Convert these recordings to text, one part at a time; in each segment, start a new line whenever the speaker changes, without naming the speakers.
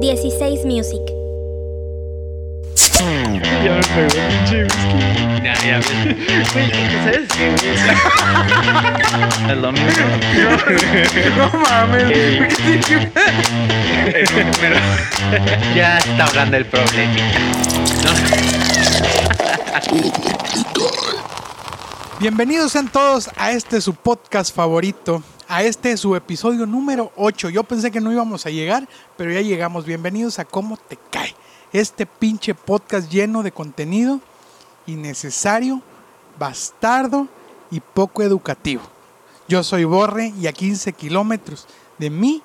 16 Music.
Ya me pegó el pinche whisky. Ya, ya. Güey, ¿sabes qué, güey? Es lo mismo.
No mames.
Eh.
¿qué te-
Ya está hablando el problemita.
Bienvenidos sean todos a este su podcast favorito, a este su episodio número 8. Yo pensé que no íbamos a llegar, pero ya llegamos. Bienvenidos a Cómo Te Cae, este pinche podcast lleno de contenido innecesario, bastardo y poco educativo. Yo soy Borre y a 15 kilómetros de mí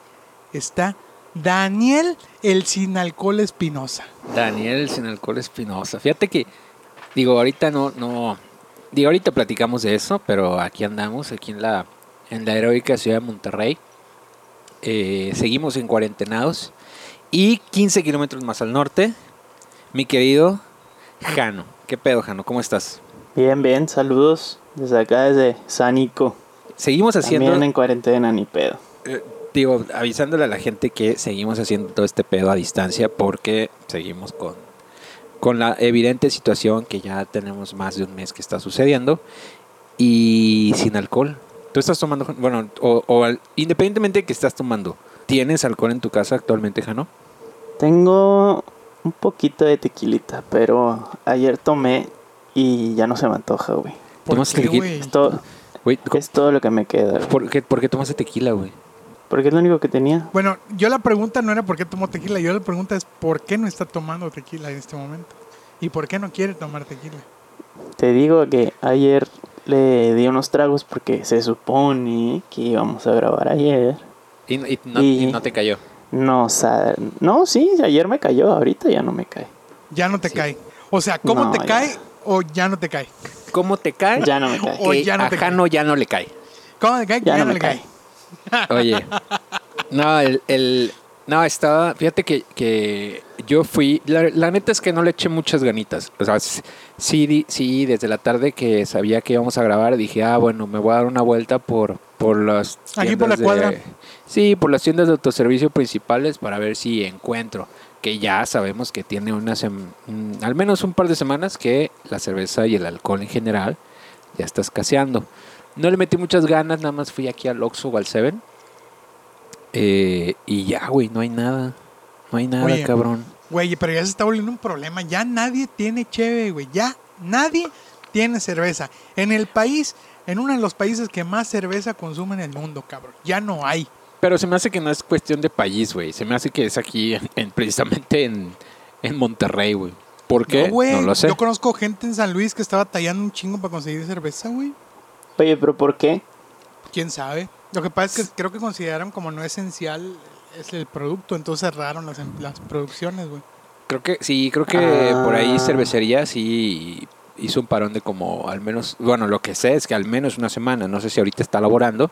está Daniel el Sin Alcohol Espinosa.
Daniel sin alcohol Espinosa. Fíjate que, digo, ahorita no, no, digo, ahorita platicamos de eso, pero aquí andamos, aquí en la, en la heroica ciudad de Monterrey. Eh, seguimos en cuarentenados y 15 kilómetros más al norte, mi querido Jano. ¿Qué pedo, Jano? ¿Cómo estás?
Bien, bien, saludos desde acá, desde Sánico.
Seguimos haciendo,
También en cuarentena, ni pedo.
eh, digo, avisándole a la gente que seguimos haciendo todo este pedo a distancia porque seguimos con con la evidente situación que ya tenemos más de un mes que está sucediendo y sin alcohol. Tú estás tomando, bueno, o, o al- independientemente de que estás tomando, ¿tienes alcohol en tu casa actualmente, Jano?
Tengo un poquito de tequilita, pero ayer tomé y ya no se me antoja, güey.
¿Por
Tomas
qué,
tequila.
güey?
Es, to-
Güey, co-
es todo lo que me queda, güey.
¿por qué, por qué tomaste tequila, güey?
Porque es lo único que tenía.
Bueno, yo la pregunta no era por qué tomó tequila, yo la pregunta es por qué no está tomando tequila en este momento. ¿Y por qué no quiere tomar tequila?
Te digo que ayer le di unos tragos porque se supone que íbamos a grabar ayer.
Y, y no,
Y-
y no te cayó.
No, o sea, no, sí, ayer me cayó, ahorita ya no me cae.
Ya no te
Sí.
cae. O sea, ¿cómo
No,
te
ya.
cae o ya no te cae?
¿Cómo te cae?
Ya no me cae.
O ya no
a
te
Jano ya no le cae.
¿Cómo te cae?
Ya no me cae.
Oye, no, el, el- no, estaba, fíjate que, que yo fui, la, la neta es que no le eché muchas ganitas, o sea, s- sí, di- sí, desde la tarde que sabía que íbamos a grabar, dije, ah, bueno, me voy a dar una vuelta por, por las
Aquí por la
tiendas de-
cuadra.
sí, por las tiendas de autoservicio principales para ver si encuentro, que ya sabemos que tiene unas, al menos un par de semanas que la cerveza y el alcohol en general ya está escaseando. No le metí muchas ganas, nada más fui aquí al Oxxo o al Seven. Eh, y ya, güey, no hay nada. No hay nada,
Oye.
cabrón.
Güey, pero ya se está volviendo un problema. Ya nadie tiene cheve, güey. Ya nadie tiene cerveza. En el país, en uno de los países que más cerveza consume en el mundo, cabrón. Ya no hay.
Pero se me hace que no es cuestión de país, güey. Se me hace que es aquí, en, en- precisamente en, en Monterrey, güey. ¿Por qué?
No, güey.
No lo sé.
Yo conozco gente en San Luis que estaba tallando un chingo para conseguir cerveza, güey.
Oye, pero ¿por qué?
¿Quién sabe? Lo que pasa es que creo que consideraron como no esencial es el producto, entonces cerraron las, em- las producciones, güey.
Creo que sí, creo que
Ah.
por ahí cervecería sí hizo un parón de como al menos, bueno, lo que sé es que al menos una semana, no sé si ahorita está laborando,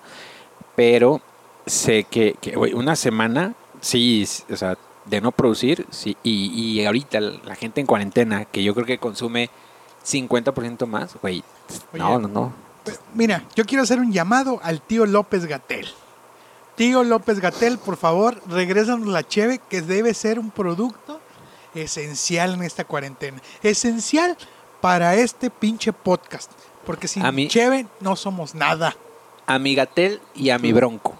pero sé que, que, güey, una semana sí, s- o sea, de no producir, sí, y, y ahorita la la gente en cuarentena, que yo creo que consume 50% más, güey, no,
Oye.
no, no.
Pero, mira, yo quiero hacer un llamado al tío López Gatel. Tío López Gatel, por favor, regrésanos la cheve que debe ser un producto esencial en esta cuarentena. Esencial para este pinche podcast. Porque sin
A mí-
cheve no somos nada.
A mi gatel y a mi bronco.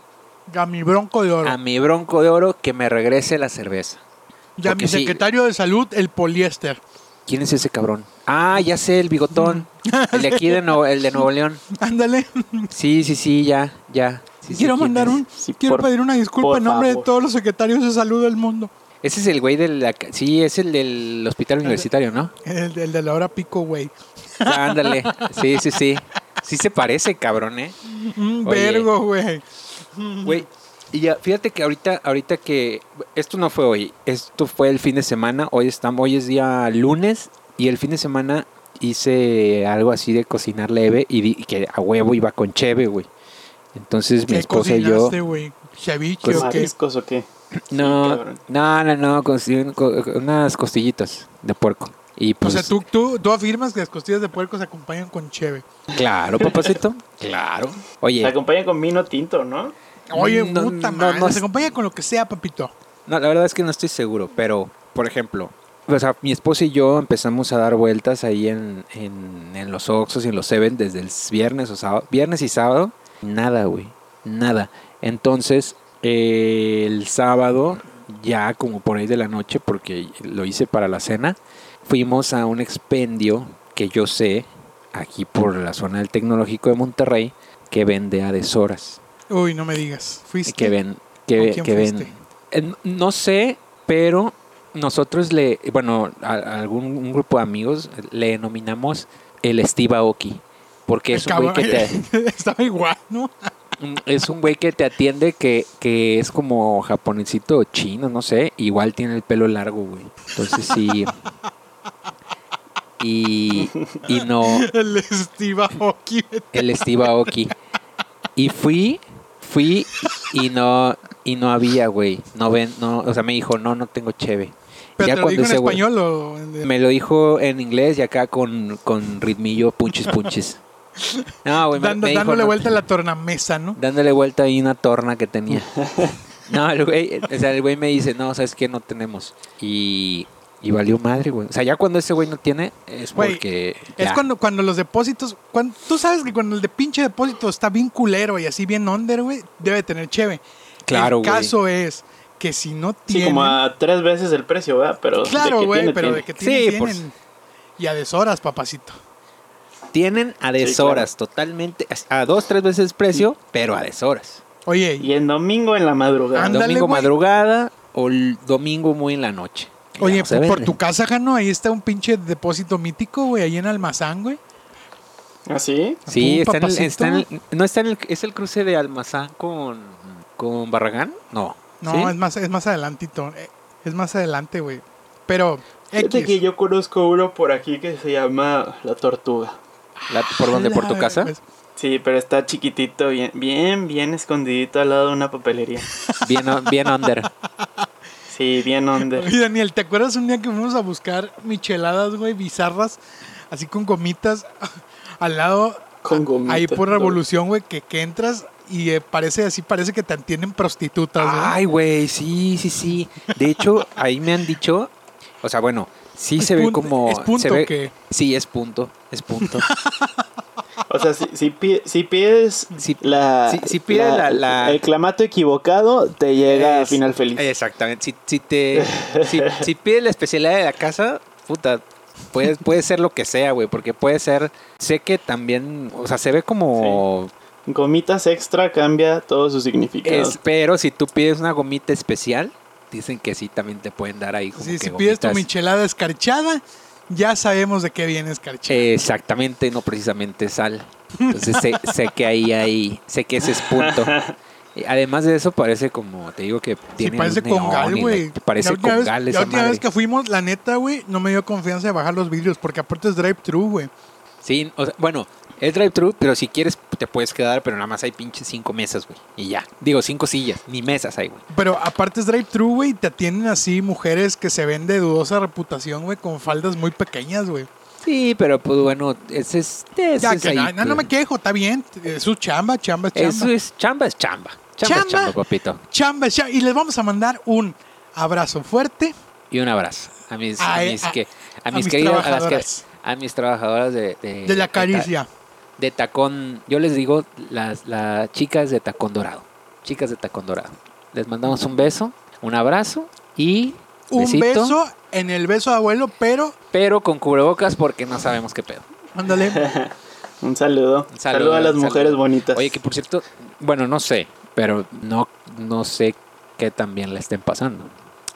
A mi bronco de oro.
A mi bronco de oro que me regrese la cerveza.
y a
porque
mi
sí.
secretario de salud, el poliéster.
¿Quién es ese cabrón? Ah, ya sé, el bigotón. El de aquí, de Nuevo- el de Nuevo León.
Ándale.
Sí, sí, sí, ya, ya. Sí, sé
quiero
quién
mandar
es.
un,
Sí,
quiero
por-
pedir una disculpa
por
en nombre de
favor.
todos los secretarios de salud del mundo.
Ese es el güey del... Sí, es el del hospital
de-
universitario, ¿no?
El, el de la hora pico, güey.
Ya, ándale. Sí, sí, sí. Sí se parece, cabrón, ¿eh?
Un
Oye.
vergo, güey.
Güey, y ya, fíjate que ahorita, ahorita que... Esto no fue hoy, esto fue el fin de semana. Hoy estamos, hoy es día lunes y el fin de semana hice algo así de cocinar leve y, di- y que a huevo iba con cheve, güey. Entonces mi
¿Qué
esposa y yo...
cocinaste, güey? Ceviche
Pues-
o qué?
¿Mariscos o qué?
No,
cabrón.
no, no, no, conseguí un- co- unas costillitas de puerco. Y
O
pues,
sea, ¿tú, tú, tú afirmas que las costillas de puerco se acompañan con cheve.
claro, papacito, claro.
Se
Oye,
acompaña con vino tinto, ¿no?
Oye,
No,
puta
no,
madre.
no es-
se acompaña con lo que sea, papito.
No, la verdad es que no estoy seguro, pero, por ejemplo, o sea, mi esposa y yo empezamos a dar vueltas ahí en, en, en los Oxxos y en los Seven desde el viernes o sábado. Viernes y sábado, nada, güey, nada. Entonces, eh, el sábado, ya como por ahí de la noche, porque lo hice para la cena, fuimos a un expendio que yo sé, aquí por la zona del Tecnológico de Monterrey, que vende a deshoras.
Uy, no me digas. Fuiste.
Que ven,
¿Con
que,
quién
que
fuiste?
ven. Eh, No sé, pero nosotros le, bueno, a, a algún un grupo de amigos le denominamos el Steve Aoki. Porque es un güey
Cabrón.
que te,
Estaba igual, ¿no?
Mm, Es un güey que te atiende que, que es como japonesito o chino, no sé. Igual tiene el pelo largo, güey. Entonces sí. Y, y no,
El Steve Aoki.
el Steve Aoki. Y fui, fui y no, y no había, güey. No ven, no, o sea, me dijo, no, no tengo cheve.
¿Pero
Ya
te lo dijo en
ese güey-
español o en-
me lo dijo en inglés y acá con, con ritmillo, punches, punches. No, güey, me-
dando-
me dijo,
dándole
"No
vuelta a la tornamesa, ¿no?
dándole vuelta ahí una torna que tenía. No, el güey, o sea, el güey me dice, no, ¿sabes qué? No tenemos. Y, y valió madre, güey. O sea, ya cuando ese güey no tiene, es
Güey,
porque.
Es
ya.
cuando, cuando los depósitos. cuan- tú sabes que cuando el de pinche depósito está bien culero y así bien under, güey, debe tener cheve.
Claro,
El
güey.
caso es que si no
Sí,
tiene.
como a tres veces el precio, ¿verdad? Pero de
Claro,
que
güey,
tiene,
pero
tiene.
de que
Sí,
tienen,
pues.
tienen. Y a deshoras, papacito.
Tienen a deshoras, totalmente. A dos, tres veces precio, pero a deshoras.
Oye,
Y en domingo en la madrugada.
Ándale,
domingo
güey.
madrugada o el domingo muy en la noche. Ya
oye
no se
por
vende.
tu casa, Jano, ahí está un pinche depósito mítico, güey, ahí en Almazán, güey.
¿Así?
Sí,
Uh,
está en el-
papacito.
está en el- no está en el, es el cruce de Almazán con, con Barragán, no.
No,
¿Sí?
es, más, es más adelantito. eh, Es más adelante, güey. Pero,
Fíjate
X.
que yo conozco uno por aquí que se llama La Tortuga.
La- ¿Por dónde? ¿Por tu
La-
casa?
pues,
Sí, pero está chiquitito, bien, bien, bien escondidito al lado de una papelería.
Bien, bien under.
Sí, bien onda.
Oye, Daniel, ¿te acuerdas un día que fuimos a buscar micheladas, güey, bizarras, así con gomitas, al lado,
Con gomitas.
ahí por
no.
revolución, güey, que, que entras y eh, parece así, parece que te atienden prostitutas, güey.
Ay, güey, sí, sí, sí. De hecho, ahí me han dicho, o sea, bueno, sí
¿Es
se ve
punto-
como...
¿Es punto
se ve-
o qué?
Sí, es punto, es punto.
O sea, si, si, pi- si pides
Si-
la,
si- si pides la- la-
el clamato equivocado, te llega a
Es- eh.
final feliz.
Exactamente. Si, si te, si, si pides la especialidad de la casa, puta, puede, puede ser lo que sea, güey, porque puede ser... Sé que también, o sea, se ve como...
Gomitas extra cambia todo su significado.
es- pero si tú pides una gomita especial, dicen que sí, también te pueden dar ahí como
Sí,
que
si pides tu
gomitas.
michelada escarchada, ya sabemos de qué viene
Eh,
escarchada.
Exactamente, no precisamente sal. Entonces sé, sé que ahí hay, sé que ese es punto. Y Además de eso parece como, te digo que
Sí,
tiene
parece
un neón
congal,
y
güey.
la- Parece
La última vez-
congal
La
esa
última
madre.
vez que fuimos, la neta, güey, no me dio confianza de bajar los vidrios, porque aparte es drive-thru, güey.
Sí, o sea, bueno, es drive-thru, pero si quieres te puedes quedar, pero nada más hay pinches cinco mesas, güey. Y ya. Digo, cinco sillas, ni mesas hay, güey.
Pero aparte es drive-thru, güey, y te atienden así mujeres que se ven de dudosa reputación, güey, con faldas muy pequeñas, güey.
Sí, pero pues bueno, ese es... ese
Ya
es
que
ahí,
na- na- no me
güey.
quejo, está bien. Es su chamba, chamba, es chamba.
Eso es chamba, es chamba. Chamba, es
Chamba.
chamba, papito.
Chamba, es chamba. Y les vamos a mandar un abrazo fuerte
Y un abrazo a mis, a
A-
mis,
a-
que, a
a
mis
mis
queridas, a las eh, que-
trabajadoras.
a mis trabajadoras de...
de la
de ta-
caricia.
de tacón, yo les digo las, las chicas de tacón dorado, chicas de tacón dorado. Les mandamos un beso, un abrazo y
Un
besito,
beso en el beso de abuelo, pero
pero con cubrebocas porque no sabemos qué pedo.
ándale.
Un saludo.
Un
Saludo,
saludo,
a las
un saludo.
mujeres bonitas.
Oye, que por cierto, bueno, no sé, pero no no sé qué también le estén pasando.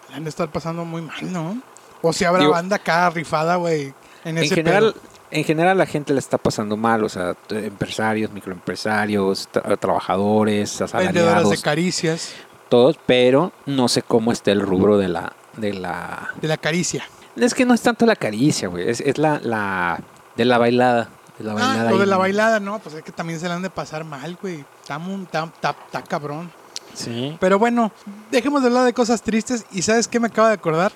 La han de estar pasando muy mal, ¿no? O si habrá
Digo-
banda acá rifada, güey, en
En
ese
general,
pedo.
en general la gente le está pasando mal, o sea, t- empresarios, microempresarios, tra- trabajadores,
Vendedoras de
asalariados,
caricias,
todos, pero no sé cómo está el rubro de la de la
de la caricia.
Es que no es tanto la caricia, güey. Es, es la, la. de la bailada. De la
Ah,
bailada.
lo de
ahí.
la bailada, no, pues es que también se la han de pasar mal, güey. Está mu- está- está- está cabrón.
Sí.
Pero bueno, dejemos de hablar de cosas tristes. ¿Y sabes qué me acabo de acordar?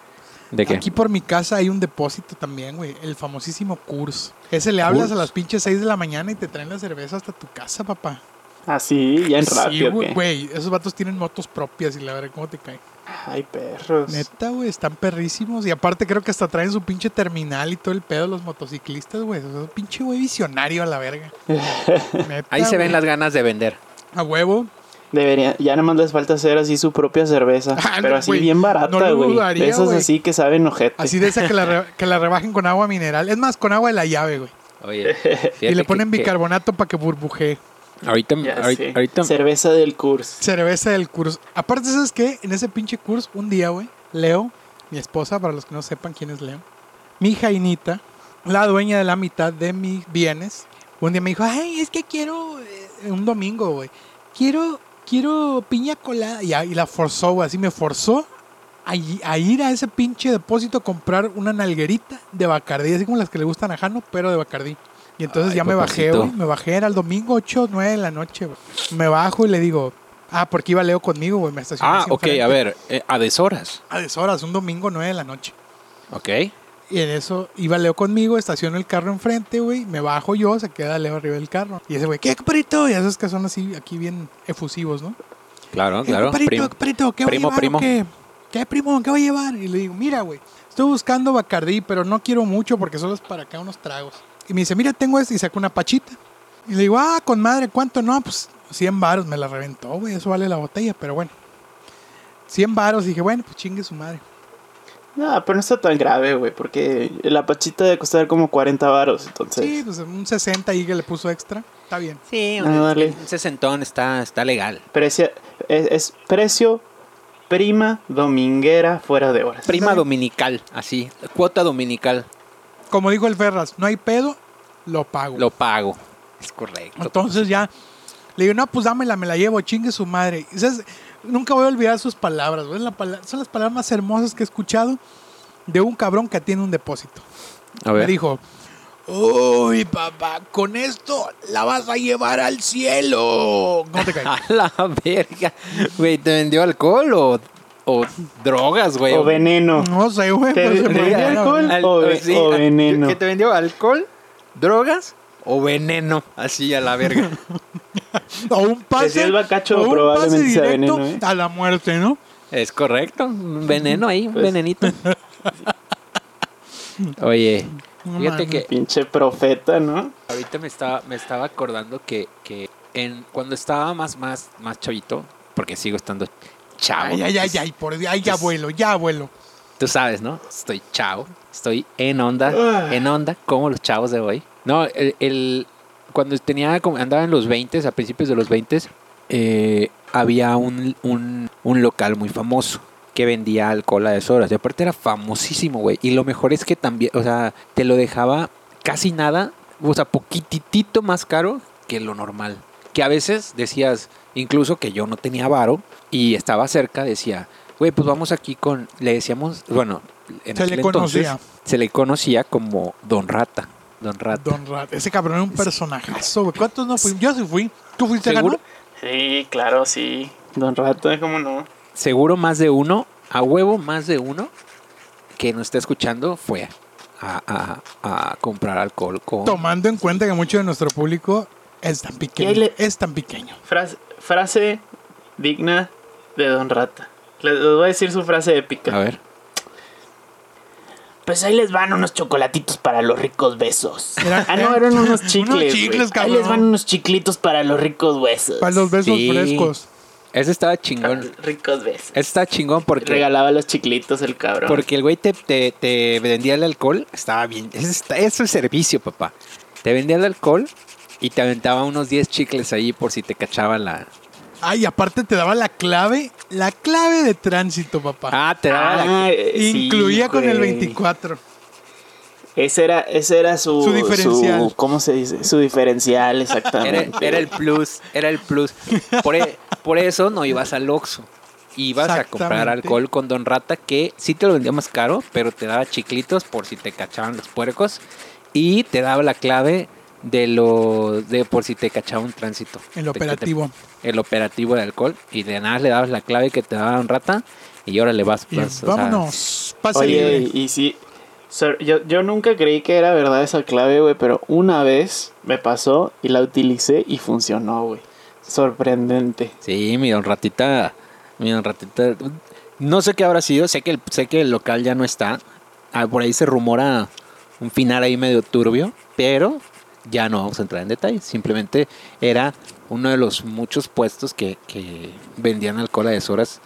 ¿De qué?
Aquí por mi casa hay un depósito también, güey. El famosísimo Curs. Ese le hablas
Kurs.
a las pinches 6 de la mañana y te traen la cerveza hasta tu casa, papá.
Así, Ah, ya en
Sí,
rápido.
güey, güey. Esos vatos tienen motos propias y la verdad, ¿cómo te cae?
Ay, perros.
Neta, güey, están perrísimos. Y aparte creo que hasta traen su pinche terminal y todo el pedo los motociclistas, güey. O sea, un pinche güey visionario a la verga. Neta,
Ahí se
güey.
ven las ganas de vender.
A huevo.
Debería, ya nada más les falta hacer así su propia cerveza.
Ah, no,
pero así
güey,
bien
no
barata,
lo
güey.
dudaría,
Esas
güey.
así que saben ojete.
Así de esa que la, re- que la rebajen con agua mineral. Es más, con agua de la llave, güey.
Oye,
Y
fíjate
le
que-
ponen
que
bicarbonato para que burbujee.
Ahorita,
Ya
ahorita,
sé.
ahorita-
Cerveza del curso.
Cerveza del curso. Aparte, ¿sabes qué? En ese pinche curso, un día, güey, Leo, mi esposa, para los que no sepan quién es Leo, mi jainita, la dueña de la mitad de mis bienes, un día me dijo, ay, es que quiero, eh, un domingo, güey, quiero, quiero piña colada. Y, a- y la forzó, güey, así me forzó a, i- a ir a ese pinche depósito a comprar una nalguerita de Bacardí, así como las que le gustan a Jano, pero de Bacardí. Y entonces
Ay,
ya me bajé,
papacito.
güey, me bajé, era el domingo 8, 9 de la noche, güey. Me bajo y le digo, ah, porque iba Leo conmigo, güey, me estacioné.
Ah,
así
ok,
enfrente.
a ver, eh, a deshoras.
A deshoras, un domingo 9 de la noche.
Ok.
Y en eso iba Leo conmigo, estaciono el carro enfrente, güey. Me bajo yo, se queda Leo arriba del carro. Y ese güey, ¿qué, compadrito? Y esos que son así, aquí bien efusivos, ¿no?
Claro,
"Eh,
claro.
compadrito,
Prim-
compadrito, ¿qué
primo,
voy a llevar?
primo.
o ¿Qué? ¿Qué, primo? ¿Qué voy a llevar? Y le digo, mira, güey, estoy buscando Bacardí, pero no quiero mucho porque solo es para acá unos tragos. Y me dice, mira, tengo esto. Y saca una pachita. Y le digo, ah, con madre, ¿cuánto? No, pues 100 varos. Me la reventó, güey, eso vale la botella, pero bueno. 100 varos. Y dije, bueno, pues chingue su madre.
No, pero no está tan grave, güey, porque la pachita debe costar como 40 varos, entonces.
Sí, pues un 60 y que le puso extra. Está bien.
Sí,
Ah, dale.
un sesentón está, está legal.
Precio- es, es precio prima dominguera fuera de horas.
Prima dominical, así. Cuota dominical,
Como dijo el Ferras, no hay pedo, lo pago.
lo pago. Es correcto.
Entonces ya le digo, no, pues dámela, me la llevo, chingue su madre. Y, ¿sabes? Nunca voy a olvidar sus palabras, güey. Es la pala- son las palabras más hermosas que he escuchado de un cabrón que tiene un depósito.
A
Me
ver.
dijo, uy, papá, con esto la vas a llevar al cielo. No te
A
caigas.
la verga. Güey, ¿te vendió alcohol o, o drogas, güey?
O veneno.
No sé, güey.
Te-
pero se
te-
me
¿Vendió
olvidó la
alcohol?
verdad.
o- o
a-
veneno.
¿Qué te vendió? ¿Alcohol? ¿Drogas? ¿O veneno? Así a la verga.
O un pase.
Decía el bacacho,
o un
probablemente
pase
sea
directo
veneno, ¿eh?
a la muerte, ¿no?
Es correcto, un veneno ahí, un
Pues-
venenito. Oye,
No
fíjate
mames.
que
Pinche profeta, ¿no?
ahorita me estaba, me estaba acordando que, que en, cuando estaba más, más, más chavito, porque sigo estando chavo.
Ay, ay, ay, ay, por Dios. Ay, ya
Pues-
abuelo, ya abuelo.
Tú sabes, ¿no? Estoy chavo, estoy en onda,
Ah.
en onda, como los chavos de hoy. No, el, el- cuando tenía, como- andaba en los 20, a principios de los 20, había un, un, un local muy famoso que vendía alcohol a deshoras. Y aparte era famosísimo, güey. Y lo mejor es que también, o sea, te lo dejaba casi nada, o sea, poquitito más caro que lo normal. Que a veces decías, incluso que yo no tenía varo y estaba cerca, decía, güey, pues vamos aquí con, le decíamos, bueno, en
Se le
aquel entonces,
conocía.
se le conocía como Don Rata. Don Rata.
Don Rat. Ese cabrón es un personajazo, güey. ¿Cuántos no fuimos? Yo sí fui. ¿Tú fuiste a
¿Seguro?
Sí, claro, sí. Don Rato, ¿cómo no?
Seguro más de uno, a huevo más de uno que nos está escuchando fue a, a- a comprar alcohol con...
Tomando en cuenta que mucho de nuestro público es tan pequeño.
Y ahí le-
Es tan pequeño.
Frase, frase digna de Don Rata. Les, les voy a decir su frase épica.
A ver.
Pues ahí les van unos chocolatitos para los ricos besos.
Era-
Ah, no, eran unos chicles.
Unos
güey.
chicles,
ahí
cabrón.
les van unos chiclitos para los ricos huesos.
Para los besos
Sí.
frescos.
Ese estaba
Para
chingón.
los ricos besos.
Ese estaba chingón Eh, porque...
Regalaba los chiclitos el cabrón.
Porque el güey te, te- te vendía el alcohol, estaba bien. Eso, está- eso es servicio, papá. Te vendía el alcohol y te aventaba unos 10 chicles ahí por si te cachaba la.
Ay, aparte te daba la clave, la clave de tránsito, papá.
Ah, te daba la.
Ah, eh, sí,
Incluía con el
güey.
24.
Ese era, ese era su,
Su diferencial.
su- ¿Cómo se dice? Su diferencial,
Era,
exactamente.
era el plus, era el plus. Por, e- por eso no ibas al Oxxo. Ibas a comprar
Exactamente.
alcohol con Don Rata, que sí te lo vendía más caro, pero te daba chiclitos por si te cachaban los puercos. Y te daba la clave de lo de por si te cachaba un tránsito.
El
De que te-
operativo.
el operativo de alcohol y de nada le dabas la clave que te daba un rata y ahora le vas.
Y
vas, o sea,
vámonos. Pase
Oye,
libre.
y, y sí. sor- yo, yo nunca creí que era verdad esa clave, güey, pero una vez me pasó y la utilicé y funcionó, güey. Sorprendente.
sí, mi don ratita, mi don ratita. No sé qué habrá sido, sé que el, sé que el local ya no está. Ah, por ahí se rumora un final ahí medio turbio, pero ya no vamos a entrar en detalle. Simplemente era uno de los muchos puestos que, que vendían alcohol a deshoras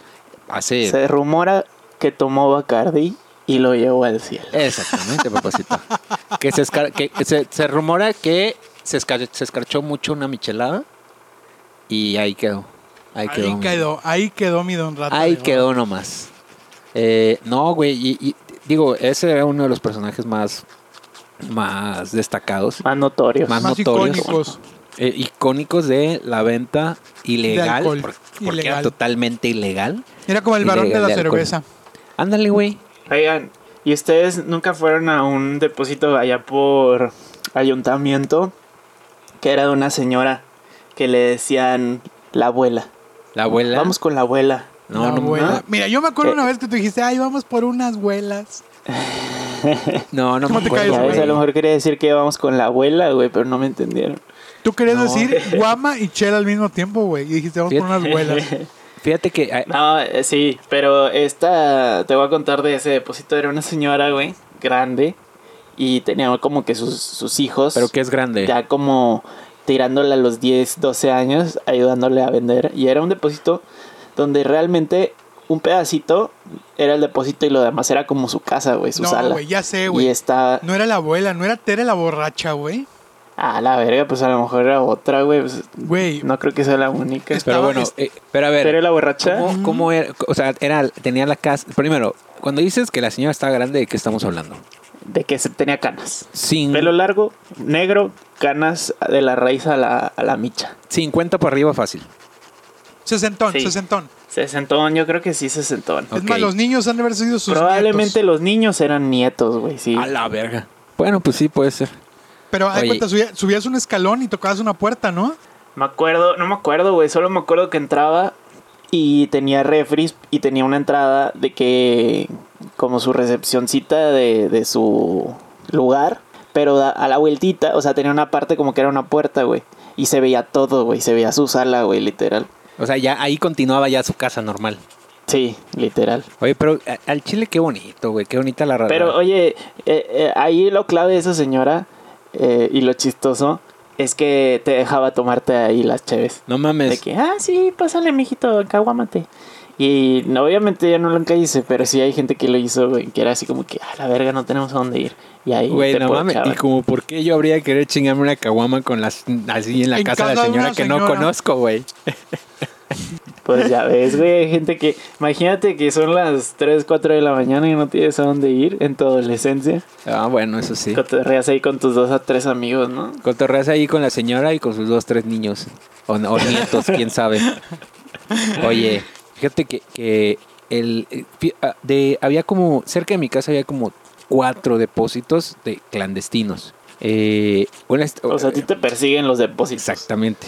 hace...
Se rumora que tomó Bacardi y lo llevó al cielo.
Exactamente, papacito. que se, escar- que se, se rumora que se, escar- se escarchó mucho una michelada y ahí quedó. Ahí quedó.
Ahí
mi-
quedó, ahí quedó mi don Rata.
Ahí
de oro.
quedó nomás. Eh, no, güey, y, y- digo, ese era uno de los personajes más, más destacados,
Más notorios.
Más
Más
notorios.
icónicos.
eh, icónicos de la venta ilegal,
alcohol.
por- porque era
Ilegal.
totalmente ilegal.
Era como el varón de
Ilegal
la
de alcohol.
cerveza.
Ándale, güey.
Oigan, ¿y ustedes nunca fueron a un depósito allá por ayuntamiento? Que era de una señora que le decían la abuela.
La abuela.
Vamos con la abuela.
No,
La
no,
abuela. Mira, yo me acuerdo
Eh.
una vez que tú dijiste, ay, vamos por unas huelas.
no, no
¿Cómo
me
te
acuerdo,
caes,
Ya ves,
güey.
a lo mejor quería decir que íbamos con la abuela, güey, pero no me entendieron.
Tú querías
No.
decir guama y chela al mismo tiempo, güey. Y dijiste, vamos por
Fíjate.
unas huelas.
Fíjate que ah,
No, eh, sí, pero esta, te voy a contar de ese depósito. Era una señora, güey, grande. Y tenía como que sus, sus hijos.
Pero que es grande.
ya como tirándole a los 10, 12 años, ayudándole a vender. Y era un depósito donde realmente un pedacito era el depósito y lo demás era como su casa, güey, su
No,
sala.
güey, ya sé,
y
güey.
está
No era la abuela, no era Tere la borracha, güey.
a la verga, pues a lo mejor era otra, güey. pues,
Güey,
no creo que sea la única.
Es-
Pero,
Pero
estaba
bueno,
este-
eh, pero a ver.
la borracha.
¿Cómo, cómo era? O sea, era, tenía la casa. Primero, cuando dices que la señora está grande, ¿de qué estamos hablando?
De que se tenía canas.
Sin,
Pelo largo, negro, canas de la raíz a la, a la micha.
50 para arriba fácil.
sesentón,
Sí.
sesentón.
Sesentón, yo creo que sí sesentón.
Es
Ok.
más, los niños han de haber sido sus
Probablemente los niños eran nietos, güey, sí.
A la verga. Bueno, pues sí, puede ser.
nietos. Pero haz
Oye.
cuenta, subía- subías un escalón y tocabas una puerta, ¿no?
Me acuerdo, no me acuerdo, güey. Solo me acuerdo que entraba y tenía refris y tenía una entrada de que. como su recepcioncita de, de su lugar. Pero da- a la vueltita, o sea, tenía una parte como que era una puerta, güey. Y se veía todo, güey. Se veía su sala, güey, literal.
O sea, ya ahí continuaba ya su casa normal.
Sí, literal.
Oye, pero a- al chile qué bonito, güey. Qué bonita la rara.
Pero oye, eh, eh, ahí lo clave de esa señora eh, y lo chistoso es que te dejaba tomarte ahí las cheves.
no
De
mames.
que, ah, sí, pásale, mijito, caguámate. Y no, obviamente ya no lo hice, pero sí hay gente que lo hizo, güey, que era así como que, a la verga, no tenemos a dónde ir. Y ahí
Güey,
te
no mames.
porchaban.
Y como, ¿por qué yo habría de querer chingarme una caguama con las así en la
En
casa de la
casa de una
señora que no
señora.
conozco, güey?
Pues ya ves, güey, hay gente que, imagínate que son las 3, 4 de la mañana y no tienes a dónde ir en tu adolescencia.
Ah, bueno, eso sí.
Cotorreas ahí con tus dos a tres amigos, ¿no?
Cotorreas ahí con la señora y con sus dos, tres niños. O, o nietos, quién sabe. Oye, fíjate que, que el, eh, fí- ah, de, había como, cerca de mi casa había como cuatro depósitos de clandestinos. Eh, una est-
O sea, a ti te persiguen los depósitos.
Exactamente.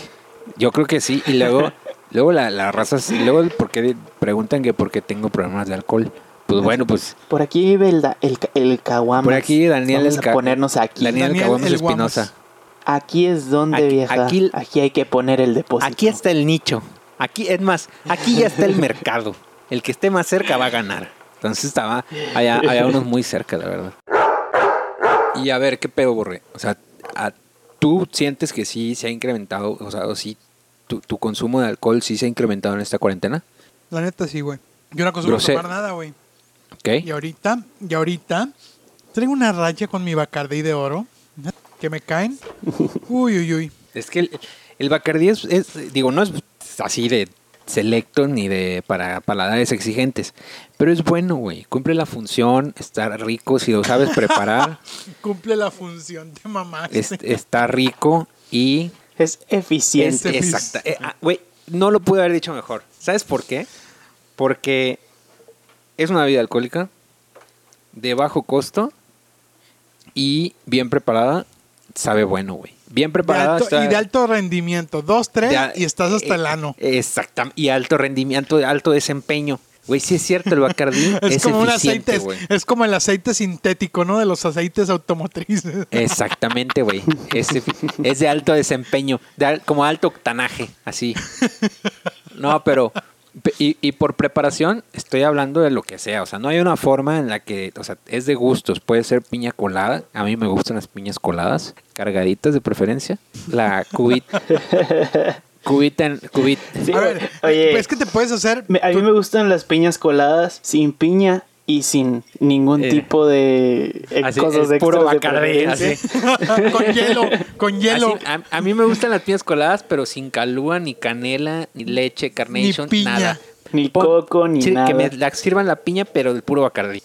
Yo creo que sí. Y luego, luego la, la raza, sí- luego porque preguntan que por qué tengo problemas de alcohol. Pues bueno, pues
Por aquí vive el, da- el, ca- el caguamas.
Por aquí Daniel
Vamos
el
a
ca- eh,
ponernos aquí.
Daniel,
Daniel
Caguamas
el Guamas.
Espinosa.
Aquí es donde,
Aquí-
vieja.
aquí-
Aquí, hay que poner el depósito.
Aquí está el nicho. Aquí, es más, aquí ya está el mercado. El que esté más cerca va a ganar. Entonces estaba, había, había unos muy cerca, la verdad. Y a ver, ¿qué pedo, Borre? O sea, a- ¿tú sientes que sí se ha incrementado, o sea, o sí, tu, tu consumo de alcohol sí se ha incrementado en esta cuarentena?
La neta, sí, güey. Yo no consumo
Grosero.
tomar nada, güey. Y
¿Ok?
ahorita, y ahorita, traigo una raya con mi Bacardí de oro. Que me caen. Uy, uy, uy.
Es que el, el Bacardí es, es- digo, no es así de selecto ni de para paladares exigentes, pero es bueno, güey. Cumple la función, está rico si lo sabes preparar.
Cumple la función de mamá.
es- está rico y
Es
es
eficiente.
Efe-
exacta. Eh, ah, Güey, no lo pude haber dicho mejor. ¿Sabes por qué? Porque es una vida alcohólica de bajo costo y bien preparada, sabe bueno, güey. Bien
De
preparada
alto-
está-
y de alto rendimiento. Dos, tres
de a-
y estás hasta
eh,
el ano.
Exactamente. Y alto rendimiento, de alto desempeño. Güey, sí es cierto, el Bacardí eh, es,
Es, como un
eficiente,
aceite, es,
güey.
es como el aceite sintético, ¿no? De los aceites automotrices.
Exactamente, güey. Es, efi- es de alto desempeño, de al- como alto octanaje, así. No, pero Pe- Y, y por preparación estoy hablando de lo que sea. O sea, no hay una forma en la que, o sea, es de gustos. Puede ser piña colada. A mí me gustan las piñas coladas, cargaditas de preferencia. La cubita. cubita en. Cubit,
Sí,
A ver, eh,
oye,
pues
es que te puedes hacer.
me- a mí
tú-
me gustan las piñas coladas sin piña y sin ningún
Eh,
tipo de eh,
así,
cosas
es puro
extras de
Bacardí,
preferencia.
así.
con hielo,
Ah,
con hielo.
Así, a, a mí me gustan las piñas coladas, pero sin calúa, ni canela, ni leche, carnation,
Ni piña.
nada.
Ni
Pon-
coco, ni
sí,
nada.
Que me la sirvan la piña, pero del puro bacardí.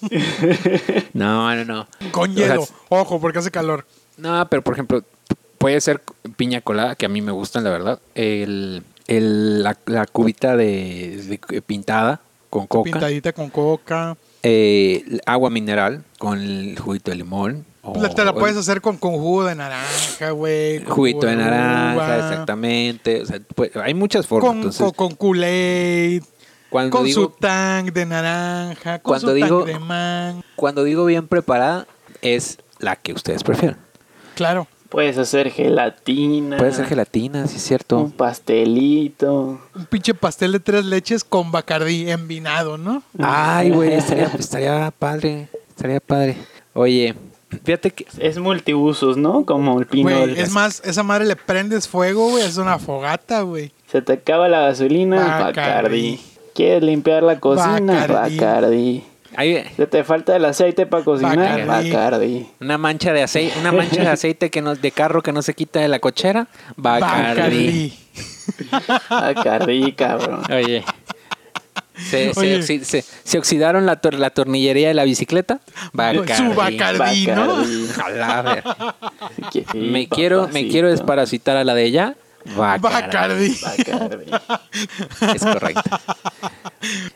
no, no, no.
Con
O sea,
hielo. Ojo, porque hace calor.
No, pero por ejemplo, puede ser piña colada, que a mí me gustan, la verdad. El, el- la, la cubita de, de- pintada con coca.
Pintadita con coca.
Eh, el agua mineral con el juguito de limón. o-
Pues La- te la
o
puedes
el
hacer con, con jugo de naranja, güey. con
Oh, Juguito de
jugo
naranja,
uva,
exactamente. O sea, pues, hay muchas formas.
Con,
entonces,
con, con Kool-Aid.
cuando
Con
digo
su tank de naranja. Con
Cuando
su
digo-
tank de man.
Cuando digo bien preparada, es la que ustedes prefieran.
Claro.
Puedes hacer gelatina.
Puede ser gelatina, sí es
Un
cierto.
pastelito.
Un pinche pastel de tres leches con bacardí envinado, ¿no?
Ay, güey, estaría, estaría padre. Estaría padre. Oye, fíjate que.
Es multiusos, ¿no? Como el pinol.
Güey, es más, esa madre le prendes fuego, güey. Es una fogata, güey.
Se te acaba la gasolina,
Bacardí.
Bacardí. ¿Quieres limpiar la cocina?
Bacardí.
Bacardí.
Hay
Se te falta el aceite para cocinar,
Bacardí.
Bacardí.
una mancha de aceite, una mancha de aceite que no, de carro que no se quita de la cochera. Bacardí.
Bacardí.
Bacardí, cabrón.
Oye. Se, se
Oye.
oxi- se- se oxidaron la, tor- la tornillería de la bicicleta. Bacardí.
Su bacardí, ¿no?
Bacardí.
A la ver.
Así que sí,
Me quiero, me
papacito.
quiero desparasitar a la de ella. Ah, Bacardí.
Bacardí.
Bacardí.
Es correcto.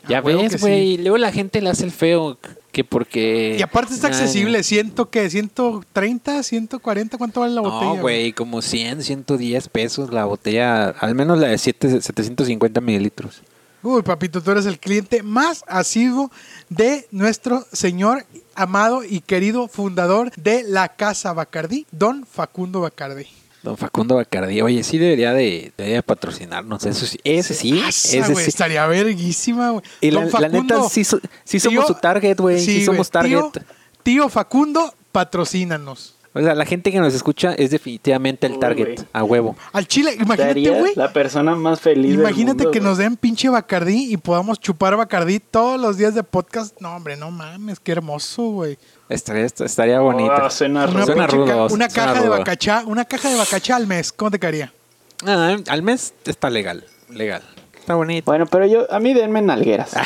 Ya
A huevo que
ves,
sí.
güey. Luego la gente le hace el feo que porque.
Y aparte está
Ay,
accesible. Siento que 130, 140, ¿cuánto vale la botella?
No, güey, como 100, 110 pesos la botella. Al menos la de siete- 750 mililitros.
Uy, papito, tú eres el cliente más asiduo de nuestro señor amado y querido fundador de la Casa Bacardí, don Facundo Bacardí.
Don Facundo Bacardí. Oye, sí debería de, debería de patrcinarnos. Eso sí, ese sí.
Asa,
ese
Ah, güey,
sí.
Estaría verguísima, güey.
Y la,
Don
la neta,
Facundo,
sí, so- sí somos
tío-
su target, güey. Sí,
sí,
somos
güey,
target.
Tío, tío Facundo, patrocínanos.
O sea, la gente que nos escucha es definitivamente el
Uy,
target.
güey.
a huevo.
Al chile, imagínate,
Sería
güey.
la persona más feliz del
Imagínate
mundo,
que
güey.
nos den pinche Bacardí y podamos chupar Bacardí todos los días de podcast. No, hombre, no mames, qué hermoso, güey.
Estaría, estaría bonito.
Oh,
Una,
suena rudo.
Suena
pinche
rudo,
ca- una
suena
caja de
rudo.
bacachá, una caja de bacachá al mes, ¿cómo te caería?
Ah, al mes está legal, legal. Está bonito.
Bueno, pero yo, a mí denme nalgueras.
Ah,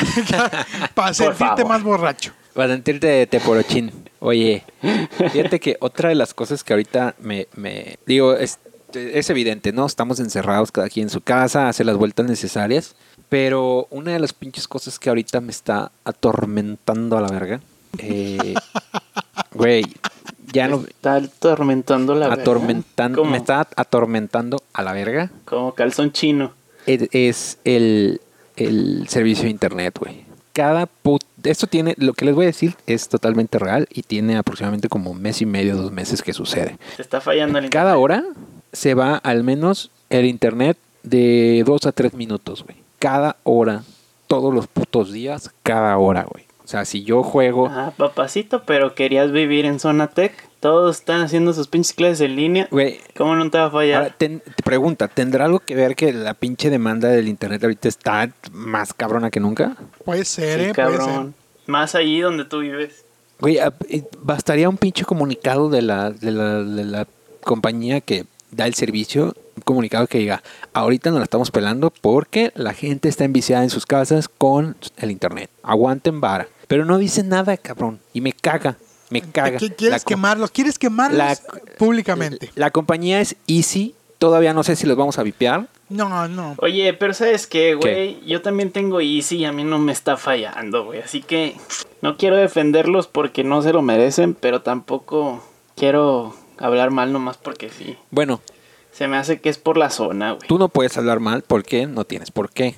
Para sentirte
favor.
más borracho.
Para sentirte de teporochín. Oye, fíjate que otra de las cosas que ahorita me... me- digo, es, es evidente, ¿no? Estamos encerrados cada quien en su casa, hace las vueltas necesarias. Pero una de las pinches cosas que ahorita me está atormentando a la verga. eh, Güey, ya no...
Está atormentando la verga.
Atormentando,
Como-
me está atormentando a la verga.
Como calzón chino.
es, es el, el servicio de internet, güey. Cada put... Esto tiene... Lo que les voy a decir es totalmente real y tiene aproximadamente como un mes y medio, dos meses que sucede.
Te está fallando el
Cada hora se va al menos el internet de dos a tres minutos, güey. Cada hora. Todos los putos días, cada hora, güey. O sea, si yo juego...
Ah, papacito, pero querías vivir en Zona Tech. Todos están haciendo sus pinches clases en línea.
Güey,
¿Cómo no te va a
Ahora,
fallar?
ten- te pregunta, ¿tendrá algo que ver que la pinche demanda del internet ahorita está más cabrona que nunca?
Puede ser,
Sí,
eh, puede ser.
cabrón. Más allí donde tú vives.
Güey, a- eh, bastaría un pinche comunicado de la, de la, de la compañía que da el servicio, un comunicado que diga, ahorita nos la estamos pelando porque la gente está enviciada en sus casas con el internet. Aguanten vara. Pero no dice nada, cabrón. Y me caga, me caga.
¿Qué
La
quieres
co-
quemarlos? ¿Quieres quemarlos
la-
públicamente?
La compañía es Easy. Todavía no sé si los vamos a vipear.
No, no.
Oye, pero ¿sabes qué,
¿Qué?
güey? Yo también tengo Easy y a mí no me está fallando, güey. Así que no quiero defenderlos porque no se lo merecen, pero tampoco quiero hablar mal nomás porque sí.
Bueno,
Se me hace que es por la zona, güey.
tú no puedes hablar mal porque no tienes por qué.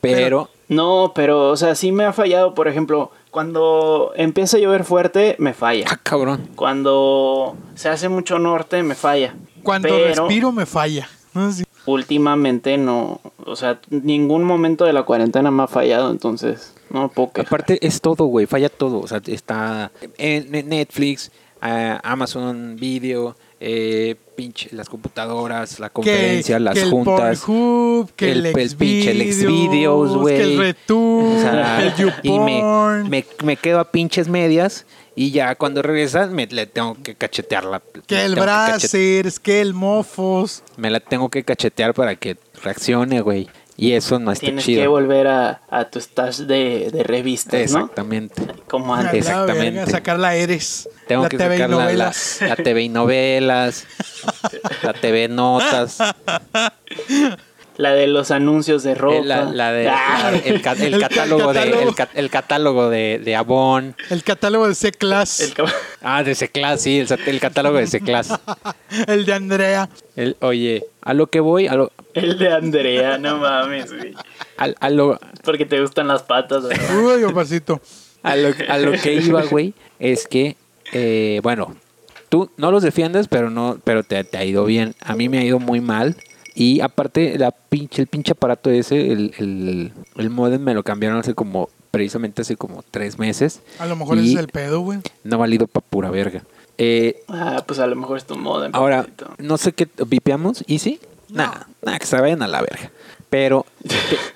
Pero,
No, pero, o sea, sí me ha fallado, por ejemplo, cuando empieza a llover fuerte, me
ah,
falla.
cabrón.
Cuando se hace mucho norte, me falla.
Cuando
Pero-
respiro me falla. No sé si-
últimamente no, o sea, ningún momento de la cuarentena me ha fallado, entonces no puedo quejar.
Aparte es todo, güey, falla todo. O sea, está en en Netflix, eh, Amazon Video, eh, pinche, las computadoras, la conferencia, las
que
juntas.
El Pornhub, que el,
el pues, pinche el
Xvideos,
Xvideos, güey.
Que el Retu,
O sea,
el
y me,
YouPorn.
me, me quedo a pinches medias y ya cuando regresan me le tengo que cachetear la
que el
tengo cachete-
Brasers, que el Mofos.
me la tengo que cachetear para que reaccione, güey. Y eso no está
Tienes que
chido.
volver a, a tu stash de, de revistas, ¿no?
Exactamente.
Como
a la
antes.
Ah, Exactamente.
verga, sacar la Eres.
Tengo
la
que
TV y
sacar la- la,
novelas.
la TV y novelas, la TV notas,
La de los anuncios de ropa.
eh, la, la de,
Ah,
la- el, ca- el
El
catálogo de
catálogo.
el, ca- el catálogo de, de Avon.
El catálogo de C-Class.
el
El,
cab-
Ah, de C-Class, sí, el, sat- el catálogo de C-Class.
de Andrea.
El- Oye, a lo que voy, a lo,
el de Andrea, no mames, güey.
a, a lo,
Porque te gustan las patas, güey.
Uy, Omarcito.
a lo, a lo que iba, güey, es que, eh, bueno, tú no los defiendes, pero no, pero te, te ha ido bien. A mí me ha ido muy mal. Y aparte, la pinche, el pinche aparato ese, el, el, el modem me lo cambiaron hace como, precisamente hace como tres meses.
A lo mejor
Y-
ese es el pedo, güey.
No ha valido pa' pura verga. Eh,
Ah, pues a lo mejor es tu moda.
ahora, no sé qué, ¿vipeamos? ¿Y sí? Nada, nada, que se vayan a la verga. Pero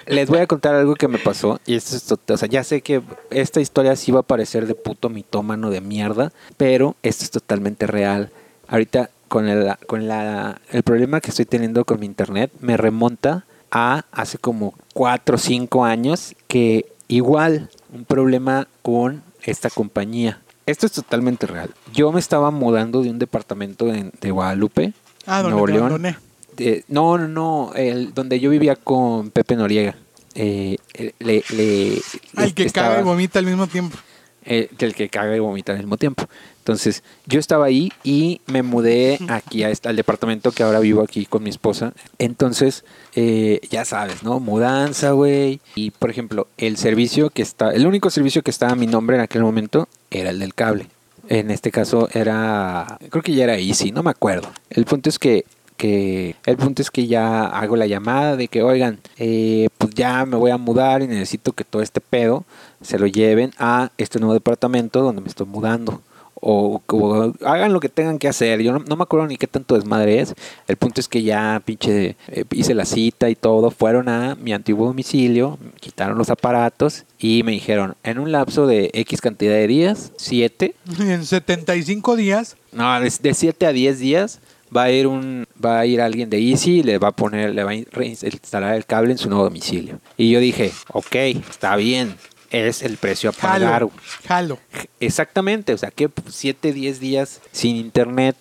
te- les voy a contar algo que me pasó. Y esto es tot- o sea, ya sé que esta historia sí va a parecer de puto mitómano de mierda, pero esto es totalmente real. Ahorita con, el, con la, el problema que estoy teniendo con mi internet me remonta a hace como 4 o 5 años que igual un problema con esta compañía. Esto es totalmente real. Yo me estaba mudando de un departamento en- de Guadalupe,
Ah, donde
Nuevo
te
León.
abandoné.
Eh, no, no, no. El, donde yo vivía con Pepe Noriega. Eh, eh, le, le-
Al Ah, que
este estaba-
caga y vomita al mismo tiempo.
eh, El que caga y vomita al mismo tiempo. Entonces, yo estaba ahí y me mudé aquí a este- al departamento que ahora vivo aquí con mi esposa. Entonces, eh, ya sabes, ¿no? Mudanza, güey. Y, por ejemplo, el servicio que está... El único servicio que estaba a mi nombre en aquel momento era el del cable. En este caso era... Creo que ya era Easy, no me acuerdo. El punto es que que el punto es que ya hago la llamada de que oigan eh, pues ya me voy a mudar y necesito que todo este pedo se lo lleven a este nuevo departamento donde me estoy mudando o, o hagan lo que tengan que hacer yo no, no me acuerdo ni qué tanto desmadre es el punto es que ya pinche eh, hice la cita y todo fueron a mi antiguo domicilio quitaron los aparatos y me dijeron en un lapso de x cantidad de días siete
Y en 75 días,
no, de- de 7 a 10 días va a ir un va a ir alguien de Easy y le va a poner le va a in- reinstalar el cable en su nuevo domicilio. Y yo dije, ok, está bien, es el precio a
jalo.
pagar.
Jalo.
Exactamente, o sea que 7, 10 días sin internet,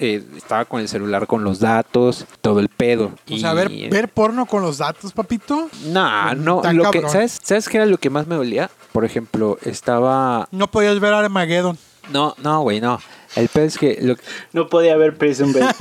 eh, estaba con el celular con los datos, todo el pedo.
O sea, ver, ver porno con los datos, papito.
Nah, no,
Está
lo que,
cabrón.
¿sabes, ¿sabes qué era lo que más me dolía? Por ejemplo, estaba...
No podías ver Armageddon.
No, no, güey, no. El pedo es que... Lo,
No podía haber Prison Break.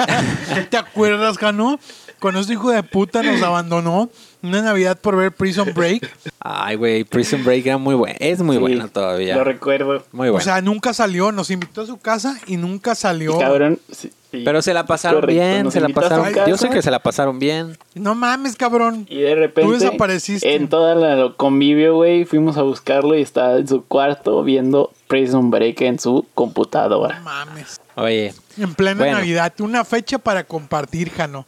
¿Te acuerdas, Cano? Cuando ese hijo de puta nos abandonó una Navidad por ver Prison Break.
Ay, güey, Prison Break era muy bueno. Es muy
Sí,
bueno todavía.
Lo recuerdo.
Muy bueno.
O sea, nunca salió. Nos invitó a su casa y nunca salió.
Y cabrón. sí, sí.
pero se la pasaron
Correcto,
bien,
nos
se la
invitas a
pasaron.
tu
Yo
casa
sé que se la pasaron bien.
No mames, cabrón.
Y de repente.
Tú desapareciste.
En toda la convivio, güey, fuimos a buscarlo y estaba en su cuarto viendo Prison Break en su
No
computadora.
mames.
Oye,
En plena
Bueno.
Navidad. Una fecha para compartir, Jano.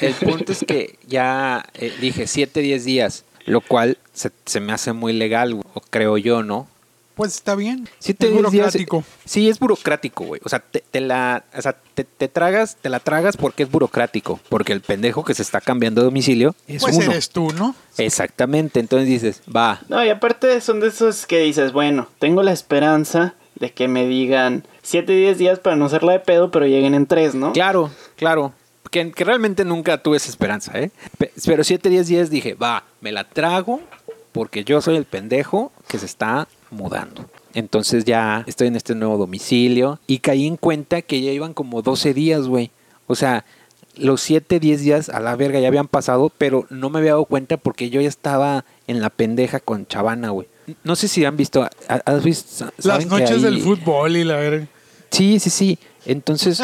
el punto es que ya eh, dije 7, 10 días, lo cual se, se me hace muy legal, güey, o creo yo, ¿no?
Pues está bien.
Siete,
es
diez días- eh,
burocrático.
sí, es burocrático, güey. O sea, te, te la, o sea te, te tragas, te la tragas porque es burocrático. Porque el pendejo que se está cambiando de domicilio es
Pues
uno.
eres tú, ¿no?
Exactamente. Entonces dices, va,
No, y aparte son de esos que dices, bueno, tengo la esperanza de que me digan 7, 10 días para no hacerla de pedo, pero lleguen en 3, ¿no?
Claro, claro. Que, que realmente nunca tuve esa esperanza, ¿eh? Pe- Pero 7, 10, 10 dije, va, me la trago porque yo soy el pendejo que se está mudando. Entonces ya estoy en este nuevo domicilio y caí en cuenta que ya iban como 12 días, güey. O sea, los 7, 10 días a la verga ya habían pasado, pero no me había dado cuenta porque yo ya estaba en la pendeja con Chavana, güey. No sé si han visto, ha- has visto
Las
saben que
noches del
hay-
fútbol y la verga.
Sí, sí, sí. Entonces,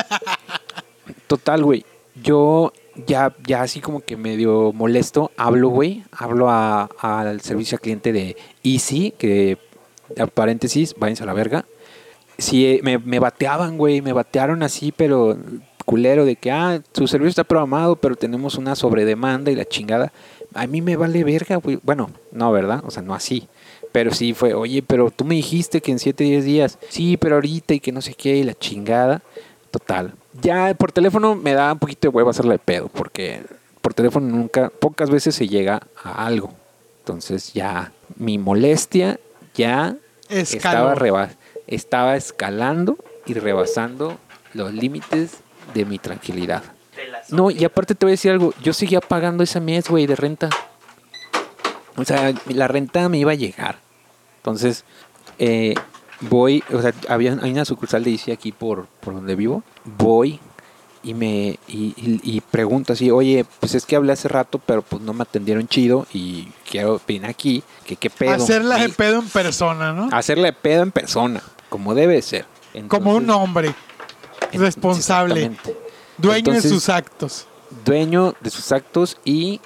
total, güey. Yo ya, ya así como que medio molesto, hablo, güey, hablo a- al servicio al cliente de Easy, que a paréntesis, váyanse a la verga. Sí, eh, me, me bateaban, güey, me batearon así, pero culero, de que, ah, su servicio está programado, pero tenemos una sobredemanda y la chingada. A mí me vale verga, güey. Bueno, no, ¿verdad? O sea, no así. Pero sí fue, oye, pero tú me dijiste que en 7, 10 días. Sí, pero ahorita y que no sé qué, y la chingada. Total. Ya por teléfono me da un poquito de hueva hacerle de pedo, porque por teléfono nunca, pocas veces se llega a algo. Entonces ya mi molestia ya
Escaló.
estaba, reba- estaba escalando y rebasando los límites de mi tranquilidad. No, y aparte te voy a decir algo, yo seguía pagando ese mes, güey, de renta. O sea, la renta me iba a llegar. Entonces, eh, voy, o sea, había, hay una sucursal de ICI aquí por, por donde vivo. Voy y me y, y- y pregunto así, oye, pues es que hablé hace rato, pero pues no me atendieron chido y quiero venir aquí, que qué pedo. Ah,
Hacerla de
Y-
pedo en persona, ¿no?
Hacerle pedo en persona, como debe de ser.
Como un
Entonces-
hombre,
en-
responsable,
exactamente.
dueño
Entonces-
de sus actos.
dueño de sus actos y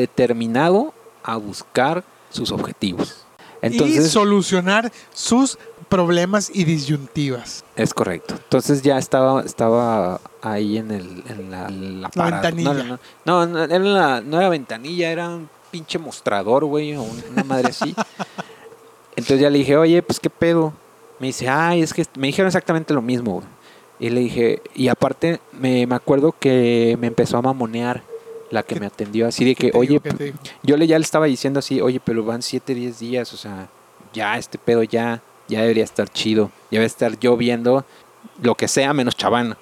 determinado a buscar sus objetivos.
y
Entonces,
solucionar sus problemas y disyuntivas.
es correcto. Entonces ya estaba estaba ahí en, el, en la, la parada. No,
ventanilla.
No, no, no, no, era la- no era ventanilla, era un pinche mostrador, güey, o un- una madre así. Entonces ya le dije, oye, pues qué pedo. Me dice, ay, es que me dijeron exactamente lo mismo, güey. Y le dije, y aparte me, me acuerdo que me empezó a mamonear la que
¿Qué-
me atendió así de
¿Qué
que,
te
oye,
digo? ¿Qué te digo?
yo le ya le estaba diciendo así, oye, pero van 7, 10 días, o sea, ya este pedo ya, ya debería estar chido, ya va a estar yo viendo lo que sea menos chavana.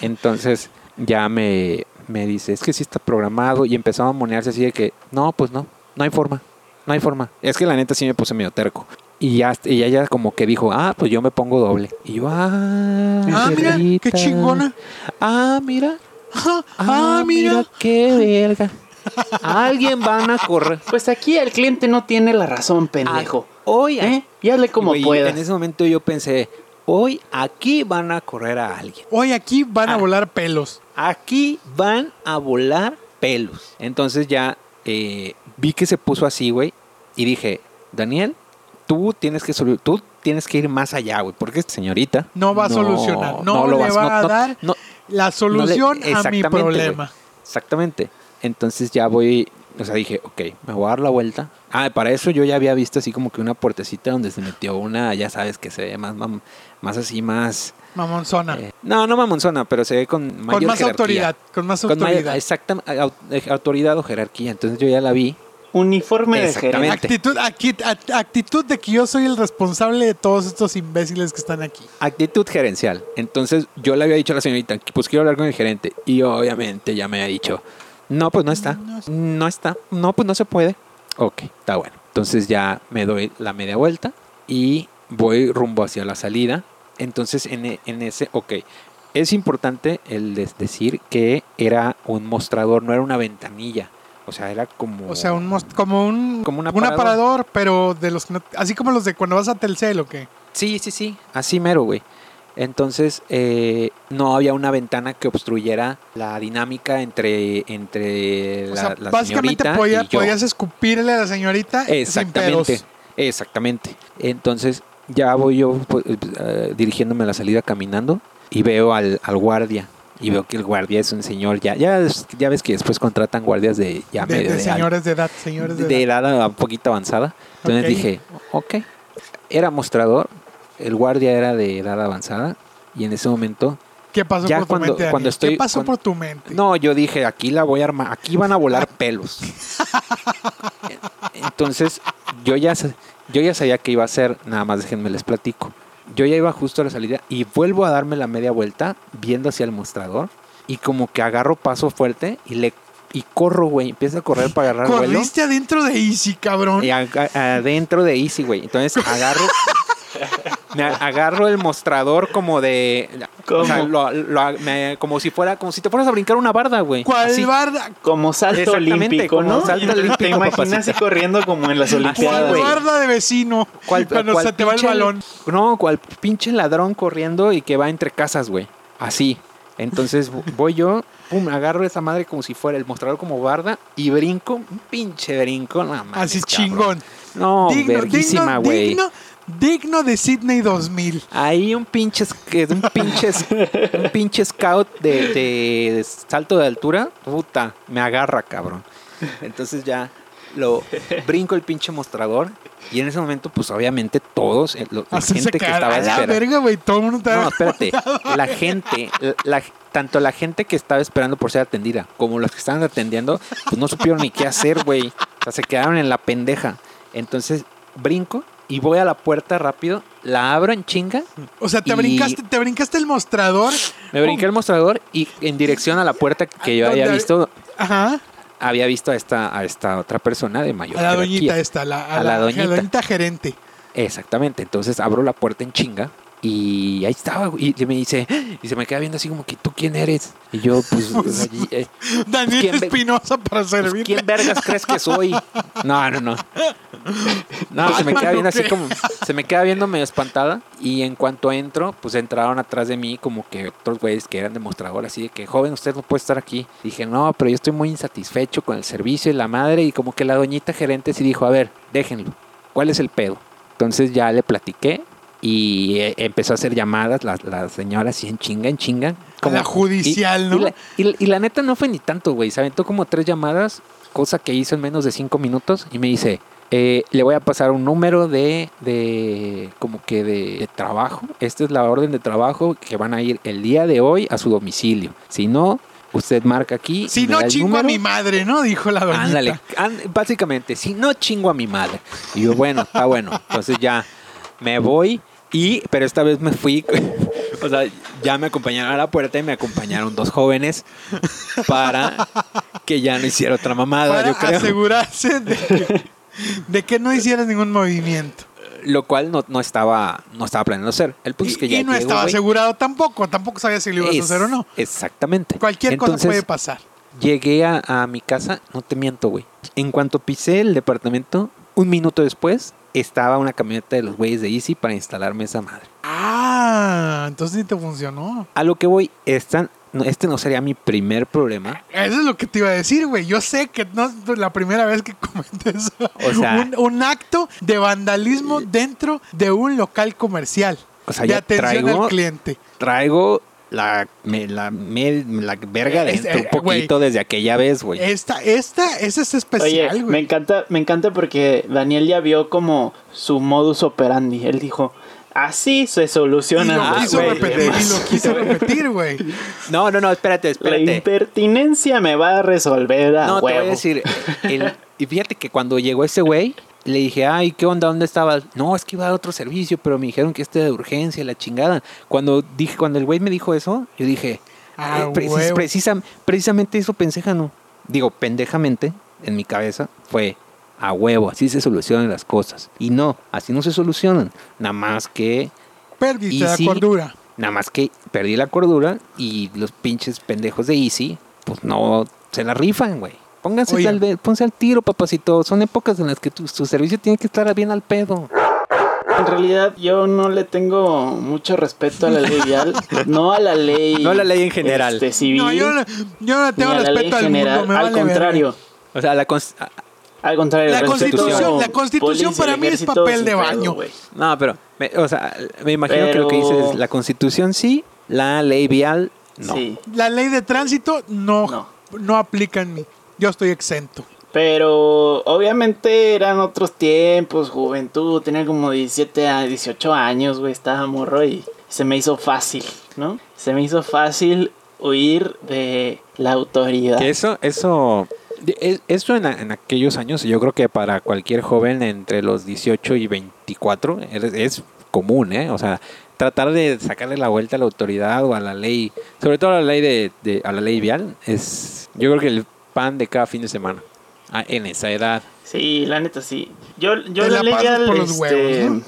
Entonces ya me, me dice, es que sí está programado y empezaba a monearse así de que, no, pues no, no hay forma, no hay forma. Es que la neta sí me puse medio terco. Y ya, y ella como que dijo, ah, pues yo me pongo doble. Y yo, ah,
Ah, mira, qué
perrita.
chingona.
Ah, mira,
Ah,
ah, mira,
mira.
qué verga. Alguien van a correr.
Pues aquí el cliente no tiene la razón, pendejo.
Hoy,
¿Eh? Y hazle como
Ah, Güey,
puedas.
En ese momento yo pensé, hoy aquí van a correr a alguien.
Hoy aquí van a
Ah.
volar pelos.
Aquí van a volar pelos. Entonces ya eh, vi que se puso así, güey. Y dije, Daniel, tú tienes que solu- tú tienes que ir más allá, güey. Porque esta señorita
No va a solucionar, no le va a dar
no-
La
no le-
solución a mi
exactamente, güey.
problema.
Exactamente. Entonces ya voy, o sea, dije, ok, me voy a dar la vuelta. Ah, para eso yo ya había visto así como que una puertecita donde se metió una, ya sabes, que se ve más, mam- más así, más...
Mamonzona.
eh, no, no mamonzona, pero se ve con mayor
con más
jerarquía.
autoridad. Con más
Con mayor-
autoridad.
exacta- au- eh, autoridad o jerarquía. Entonces yo ya la vi.
Uniforme de gerente.
Exactamente.
Actitud, acti- act- actitud de que yo soy el responsable de todos estos imbéciles que están aquí.
Actitud gerencial. Entonces yo le había dicho a la señorita, pues quiero hablar con el gerente. Y obviamente ya me había dicho, no, pues no está.
No está.
No está. No, pues no se puede. Ok, está bueno. Entonces ya me doy la media vuelta y voy rumbo hacia la salida. Entonces en, e- en ese, ok, es importante el des- decir que era un mostrador, no era una ventanilla. O sea, era como...
O sea, un most- como un,
Como un
un
aparador.
aparador, pero de los que no- así como los de cuando vas a Telcel o qué.
Sí, sí, sí, así mero, güey. Entonces, eh, no había una ventana que obstruyera la dinámica entre, entre la,
o sea,
la
básicamente
señorita
podía-
y yo.
podías escupirle a la señorita sin pedos.
Exactamente, exactamente. Entonces, ya voy yo pues, eh, dirigiéndome a la salida caminando y veo al, al guardia. Y veo que el guardia es un señor, ya ya, es- ya ves que después contratan guardias de ya
de,
medio
de
de edad
señores de edad, señores de,
de
edad.
edad un poquito avanzada. Entonces
Ok.
dije, ok. Era mostrador, el guardia era de edad avanzada y en ese momento...
¿Qué pasó
Ya
por tu
cuando-
mente? Daniel?
cuando
¿Qué
estoy-
pasó
cuando-
por tu mente?
No, yo dije, aquí la voy a armar, aquí van a volar pelos. Entonces yo ya, sa- yo ya sabía que iba a ser, nada más déjenme les platico. Yo ya iba justo a la salida y vuelvo a darme la media vuelta viendo hacia el mostrador y como que agarro paso fuerte y le... Y corro, güey. Empiezo a correr para agarrar vuelo.
Corriste adentro de Easy, cabrón.
Y aga- adentro de Easy, güey. Entonces agarro. me a- agarro el mostrador como de.
¿Cómo?
O sea, lo- lo- me- como si fuera. Como si te fueras a brincar una barda, güey.
¿Cuál
Así.
barda?
Como salto
Exactamente,
olímpico,
como
¿no?
salto
Te
olímpico,
imaginas
papacito.
así corriendo como en las
¿Cuál
Olimpiadas.
güey.
barda de vecino?
¿Cuál-
cuando
cuál
se te va el
pinche-
balón.
No, cual pinche ladrón corriendo y que va entre casas, güey. Así. Entonces vo- voy yo, pum, agarro esa madre como si fuera el mostrador como barda y brinco, un pinche brinco, nada más.
Así chingón.
No, verguísima, güey.
digno, digno de Sydney 2000.
Ahí un pinche, es- que- un pinche, es- un pinche scout de, de- de salto de altura, puta, me agarra, cabrón. Entonces ya lo brinco el pinche mostrador y en ese momento, pues obviamente todos, eh, lo- la
Así se
gente que
cae.
estaba
A la
esperando.
verga, güey. Todo el mundo está.
No, espérate. La gente, la- tanto la gente que estaba esperando por ser atendida como los que estaban atendiendo, pues no supieron ni qué hacer, güey. O sea, se quedaron en la pendeja. Entonces, brinco y voy a la puerta rápido, la abro en chinga,
o sea, te
y-
brincaste, te brincaste el mostrador.
me brinqué el mostrador y en dirección a la puerta que yo había
¿Dónde?
visto,
Ajá.
había visto a esta, a esta otra persona de mayor
A la
jerarquía.
doñita esta, la- a, la, a la doñita. gerente.
Exactamente. Entonces abro la puerta en chinga y ahí estaba. güey. Y me dice, y se me queda viendo así como que tú quién eres. Y yo, pues, allí, eh,
Daniel
¿quién ve-
Espinosa para
pues,
servirle.
¿quién vergas crees que soy? No, no, no. No, se me queda viendo así como, se me queda viendo medio espantada. Y en cuanto entro, pues entraron atrás de mí como que otros güeyes que eran demostrador, así de que, joven, usted no puede estar aquí. Dije, no, pero yo estoy muy insatisfecho con el servicio y la madre. Y como que la doñita gerente sí dijo, a ver, déjenlo. ¿Cuál es el pedo? Entonces ya le platiqué. Y eh, empezó a hacer llamadas la, la señora así en chinga, en chinga.
la judicial,
y-
¿no?
Y la, y- y la neta no fue ni tanto, güey. Se aventó como tres llamadas, cosa que hizo en menos de cinco minutos. Y me dice, eh, le voy a pasar un número de, de como que de, de trabajo. Esta es la orden de trabajo que van a ir el día de hoy a su domicilio. Si no, usted marca aquí. me
Si
da
no
el
chingo a
número.
mi madre, ¿no? Dijo la doñita.
Ándale, án- básicamente, si no chingo a mi madre. Y yo, bueno, está bueno. Entonces ya me voy y, pero esta vez me fui, o sea, ya me acompañaron a la puerta y me acompañaron dos jóvenes para que ya no hiciera otra mamada,
Para
yo creo.
asegurarse de que, de que no hicieras ningún movimiento.
Lo cual no, no estaba no estaba planeando hacer. El punto
Y,
es Pues que
y
ya
no
llego,
estaba
güey.
asegurado tampoco. Tampoco sabía si lo ibas a
Es-
hacer o no.
Exactamente.
Cualquier cosa
Este, Entonces,
puede pasar.
Llegué a, a mi casa, no te miento, güey. En cuanto pisé el departamento, un minuto después, estaba una camioneta de los güeyes de Easy para instalarme esa madre.
Ah, entonces ni te funcionó.
A lo que voy, esta- no, este no sería mi primer problema.
Eso es lo que te iba a decir, güey. Yo sé que no es la primera vez que cometes
O sea-
un, un acto de vandalismo dentro de un local comercial.
O sea,
de
ya
atención
traigo
al cliente.
Traigo la, me- la, me- la verga
Es-
dentro
eh,
un poquito desde aquella vez, güey.
Esta, esta, esa es especial,
Oye, me
güey.
encanta, me encanta porque Daniel ya vio como su modus operandi. Él dijo, así se
Y lo
soluciona.
quiso
güey,
repetir, y lo
demás".
quiso repetir, güey.
No, no, no, espérate,
La
espérate.
impertinencia me va a resolver a
No, te
Ah, huevo.
voy a decir. el- y fíjate que cuando llegó ese güey, le dije, ay, ¿qué onda? ¿Dónde estabas? No, es que iba a otro servicio, pero me dijeron que este de urgencia, la chingada. Cuando dije, cuando el güey me dijo eso, yo dije,
Ah,
eh, precis-
huevo.
precisa- precisamente eso pensejano. Digo, pendejamente, en mi cabeza, fue a huevo, así se solucionan las cosas. Y no, así no se solucionan. Nada más que
Perdiste
Y
la
sí.
cordura.
Nada más que perdí la cordura y los pinches pendejos de Easy, pues no se la rifan, güey. Pónganse
Oye.
tal vez, ponse al tiro, papacito. Son épocas en las que tu, tu servicio tiene que estar bien al pedo.
En realidad yo no le tengo mucho respeto a la ley vial, no a la ley...
No a la ley en general.
este, civil,
No, yo no, yo no
ni
tengo
a la ley
respeto al
general.
mundo. Me
al
vale verga.
contrario,
O sea, la cons- ah,
al contrario.
La
respeto
constitución- la
como
constitución
polis y
para mí es
ejército
papel
sin
de
pedo,
baño.
güey.
No, pero, me, o sea, me imagino que lo que
Pero-
dices es la constitución sí, la ley vial no.
Sí,
La ley de tránsito no, no.
No.
aplica en mí. Yo estoy exento.
pero obviamente eran otros tiempos, juventud, tenía como 17 a 18 años, güey, estaba morro y se me hizo fácil, ¿no? Se me hizo fácil huir de la autoridad.
Que eso, eso, es- eso en, a- en aquellos años, yo creo que para cualquier joven entre los 18 y 24 es, es común, ¿eh? O sea, tratar de sacarle la vuelta a la autoridad o a la ley, sobre todo a la ley de, de- a la ley vial, es, yo creo que el pan de cada fin de semana. Ah, en esa edad.
Sí, la neta sí. Yo, yo
Te la
la ley
pasas
ya,
por los
este,
huevos,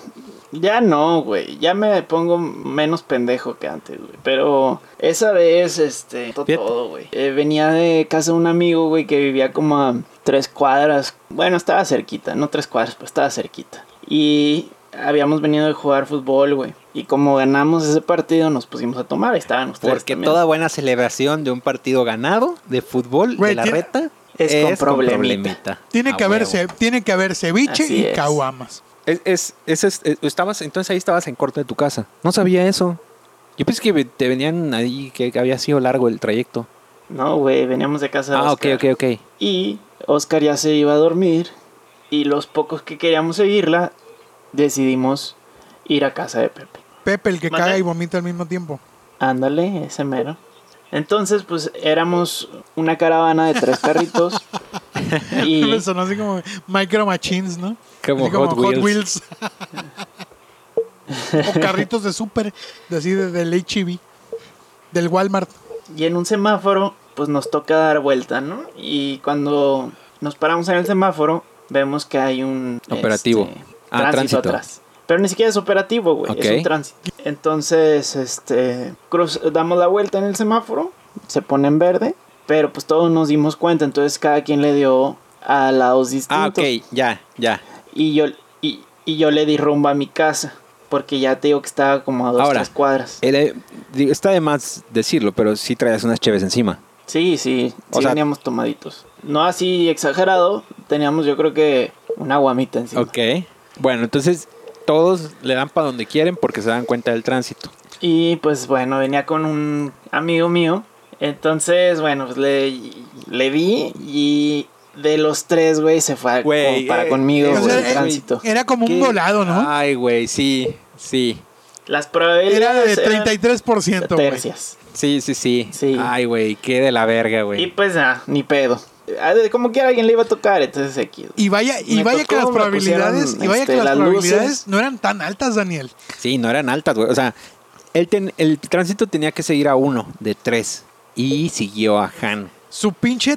ya no, güey. Ya me pongo menos pendejo que antes, güey. Pero esa vez, este, to-
Fíjate.
todo, güey. Eh, venía de casa de un amigo, güey, que vivía como a tres cuadras. Bueno, estaba cerquita, no tres cuadras, pues estaba cerquita. Y habíamos venido de jugar fútbol, güey. Y como ganamos ese partido, nos pusimos a tomar. Ahí estaban ustedes.
Porque
también.
toda buena celebración de un partido ganado de fútbol
Güey,
de la
tiene-
reta
es con problemita.
Tiene,
A
que haber,
huevo.
ce- tiene que haber ceviche
Así
y
es.
caguamas.
Es, es, es- es- eh, estabas, entonces ahí estabas en corto de tu casa. No sabía eso. Yo pensé que ve- te venían ahí, que había sido largo el trayecto.
No, güey, veníamos de casa de
Ah, ok,
Oscar.
ok, ok.
Y Oscar ya se iba a dormir. Y los pocos que queríamos seguirla, decidimos ir a casa de Pepe.
Pepe, el que
¿Mande?
caga y vomita al mismo tiempo.
Ándale, ese mero. Entonces, pues éramos una caravana de tres carritos. y
Eso sonó así como Micro Machines, ¿no?
Como
Así
Hot Wheels.
Wheels. o carritos de súper, de así de- del HB, del Walmart.
Y en un semáforo, pues nos toca dar vuelta, ¿no? Y cuando nos paramos en el semáforo, vemos que hay un...
Operativo.
este,
Ah,
tránsito,
tránsito.
atrás. Pero ni siquiera es operativo, güey.
Ok.
Es un tránsito. Entonces, este... cruz- damos la vuelta en el semáforo. Se pone en verde. Pero pues todos nos dimos cuenta. Entonces cada quien le dio a lados distintos.
Ah, ok, ya, ya.
Y yo, y, y yo le di rumbo a mi casa. Porque ya te digo que estaba como a dos,
Ahora,
tres cuadras.
Era- eh, digo, está de más decirlo, pero sí traías unas cheves encima.
Sí, sí,
O
sí
sea-
veníamos tomaditos. No así exagerado, teníamos yo creo que una guamita encima.
Ok. Bueno, entonces todos le dan para donde quieren porque se dan cuenta del tránsito.
Y pues bueno, venía con un amigo mío. Entonces, bueno, pues le, le di y de los tres, güey, se fue a-
Güey,
como para
eh,
conmigo,
eh,
güey,
o sea,
el
eh,
tránsito.
Era como
¿Qué?
un volado,
Ah,
¿no?
Ay, güey, sí, sí,
Las probabilidades
Era de
eran
33%, güey.
tercias.
sí, sí, sí.
Sí.
Ay, güey, qué de la verga,
Y
güey.
pues nada, ni pedo. Ah, de- Como quiera alguien le iba a tocar, entonces aquí.
Y vaya, y
Me
vaya que
tocó,
las
me
probabilidades,
pusieron,
y vaya que las
este, las
probabilidades
luces.
no eran tan altas, Daniel.
Sí, no eran altas, güey. O sea, el, ten- el tránsito tenía que seguir a uno de tres y siguió a Han.
Su pinche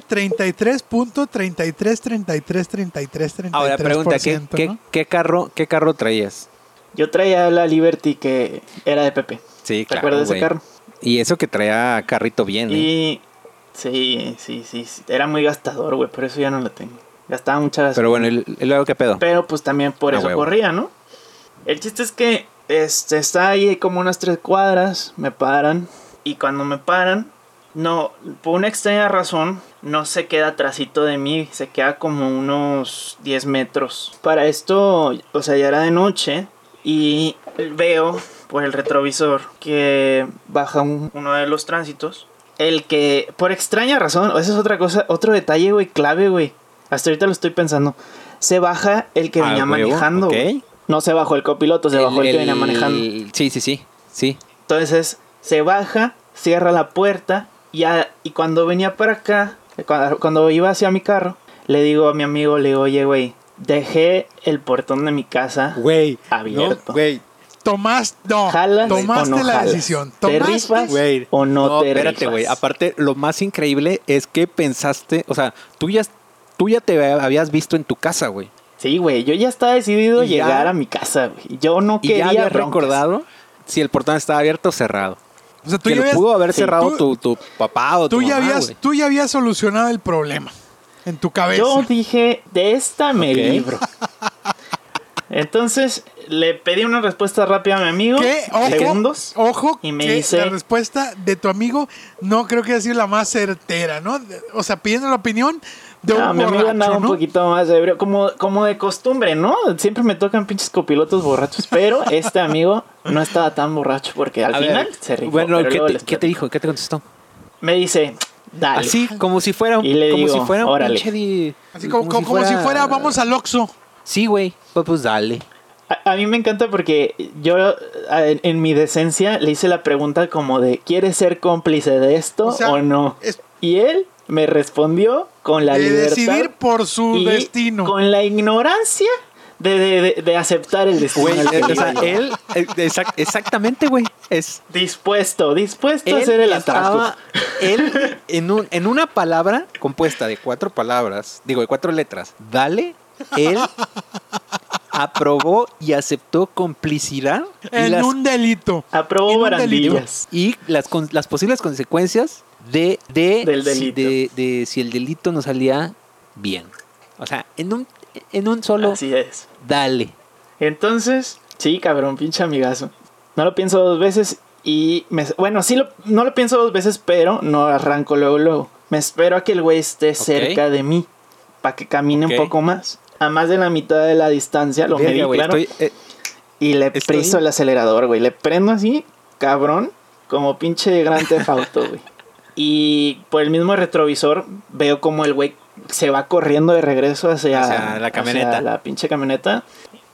33.33333333. 33, 33, 33,
Ahora pregunta, ¿qué, qué,
¿no?
qué carro, ¿qué carro traías?
Yo traía la Liberty que era de Pepe.
Sí,
¿Te acuerdas de ese
güey.
carro?
Y eso que traía carrito bien, ¿eh?
Y sí, sí, sí, sí. Era muy gastador, güey, por eso ya no la tengo. Gastaba muchas
Pero bueno, el, el luego qué pedo.
Pero pues también por
Ah,
eso
huevo.
corría, ¿no? El chiste es que este, está ahí como unas tres cuadras, me paran. Y cuando me paran, no, por una extraña razón, no se queda atrasito de mí, se queda como unos 10 metros. Para esto, o sea, ya era de noche y veo por el retrovisor que baja un- uno de los tránsitos. El que, por extraña razón, esa es otra cosa, otro detalle, güey, clave, güey. Hasta ahorita lo estoy pensando. Se baja el que
Ah,
venía
huevo,
manejando.
ok.
güey. No se bajó el copiloto, se bajó el, que venía manejando.
Sí, sí, sí. Sí.
Entonces se baja, cierra la puerta y, a- y cuando venía para acá, cuando, cuando iba hacia mi carro, le digo a mi amigo, le digo, oye, güey, dejé el portón de mi casa
Güey.
abierto.
güey.
Tomás, no,
¿Jalas
tomaste
o no
la
jalas?
decisión.
¿Te
Tomaste
rifas? O no te
espérate,
rifas.
güey. Aparte, lo más increíble es que pensaste, o sea, tú ya, tú ya te habías visto en tu casa, güey.
Sí, güey, yo ya estaba decidido
Y ya-
llegar a mi casa, güey. Yo no
Y ya
quería
habías
broncas.
recordado si el portón estaba abierto o cerrado.
O sea, tú
Que
ya
lo
habías-
pudo haber
sí,
cerrado
tú-
tu, tu papá o tu
Tú ya,
mamá,
habías,
güey.
tú ya habías solucionado el problema en tu cabeza.
Yo dije, de esta me
Ok.
libro. Entonces le pedí una respuesta rápida a mi amigo.
¿Qué?
Oh,
Ojo,
Segundos.
ojo
Y me
que
dice-
la respuesta de tu amigo no creo que haya sido la más certera, ¿no? De- O sea, pidiendo la opinión de
No,
un
mi amigo andaba
borracho,
un
¿no?
poquito más ebrio, como, como de costumbre, ¿no? Siempre me tocan pinches copilotos borrachos, pero este amigo no estaba tan borracho porque al
A ver,
final se rifó.
Bueno,
pero
¿qué
luego
te,
les
qué te
platico.
dijo? ¿Qué te contestó?
Me dice, dale.
Así, como si fuera un,
Y le
como
digo,
si fuera un
órale.
pinche di-
Así como, como- como si, fuera... vamos al Oxxo.
Sí, güey. Pues, pues dale.
A, a mí me encanta porque yo a- en, en mi decencia le hice la pregunta como de, ¿quieres ser cómplice de esto o,
O sea,
no?
es-
Y él me respondió con la
de
libertad
decidir por su
y
destino.
con la ignorancia de, de- de- de aceptar el destino.
Güey,
al que
eh, o
iba
sea,
yo.
él, eh, exac- exactamente, güey. Es
Dispuesto, dispuesto
él
a hacer el
estaba-
atraco.
él en, un- en una palabra compuesta de cuatro palabras, digo, de cuatro letras, dale, él aprobó y aceptó complicidad y
En
las,
un delito. en
Aprobó
un
barandillas.
y las, con- las posibles consecuencias de, de,
Del
si-
delito.
de- de si el delito no salía bien. O sea, en un, en un solo
Así es.
dale.
Entonces, Sí, cabrón, pinche amigazo. No lo pienso dos veces y me... Bueno, sí, lo, no lo pienso dos veces, pero no arranco luego, luego. Me espero a que el güey esté cerca de mí para que camine
Ok.
un poco más. A más de la mitad de la distancia, lo
Verga,
medí,
güey,
claro.
estoy, eh,
Y le
estoy-
preso el acelerador, güey. Le prendo así, cabrón, como pinche gran tefauto, güey. Y por el mismo retrovisor veo como el güey se va corriendo de regreso hacia,
Hacia la camioneta.
hacia la pinche camioneta.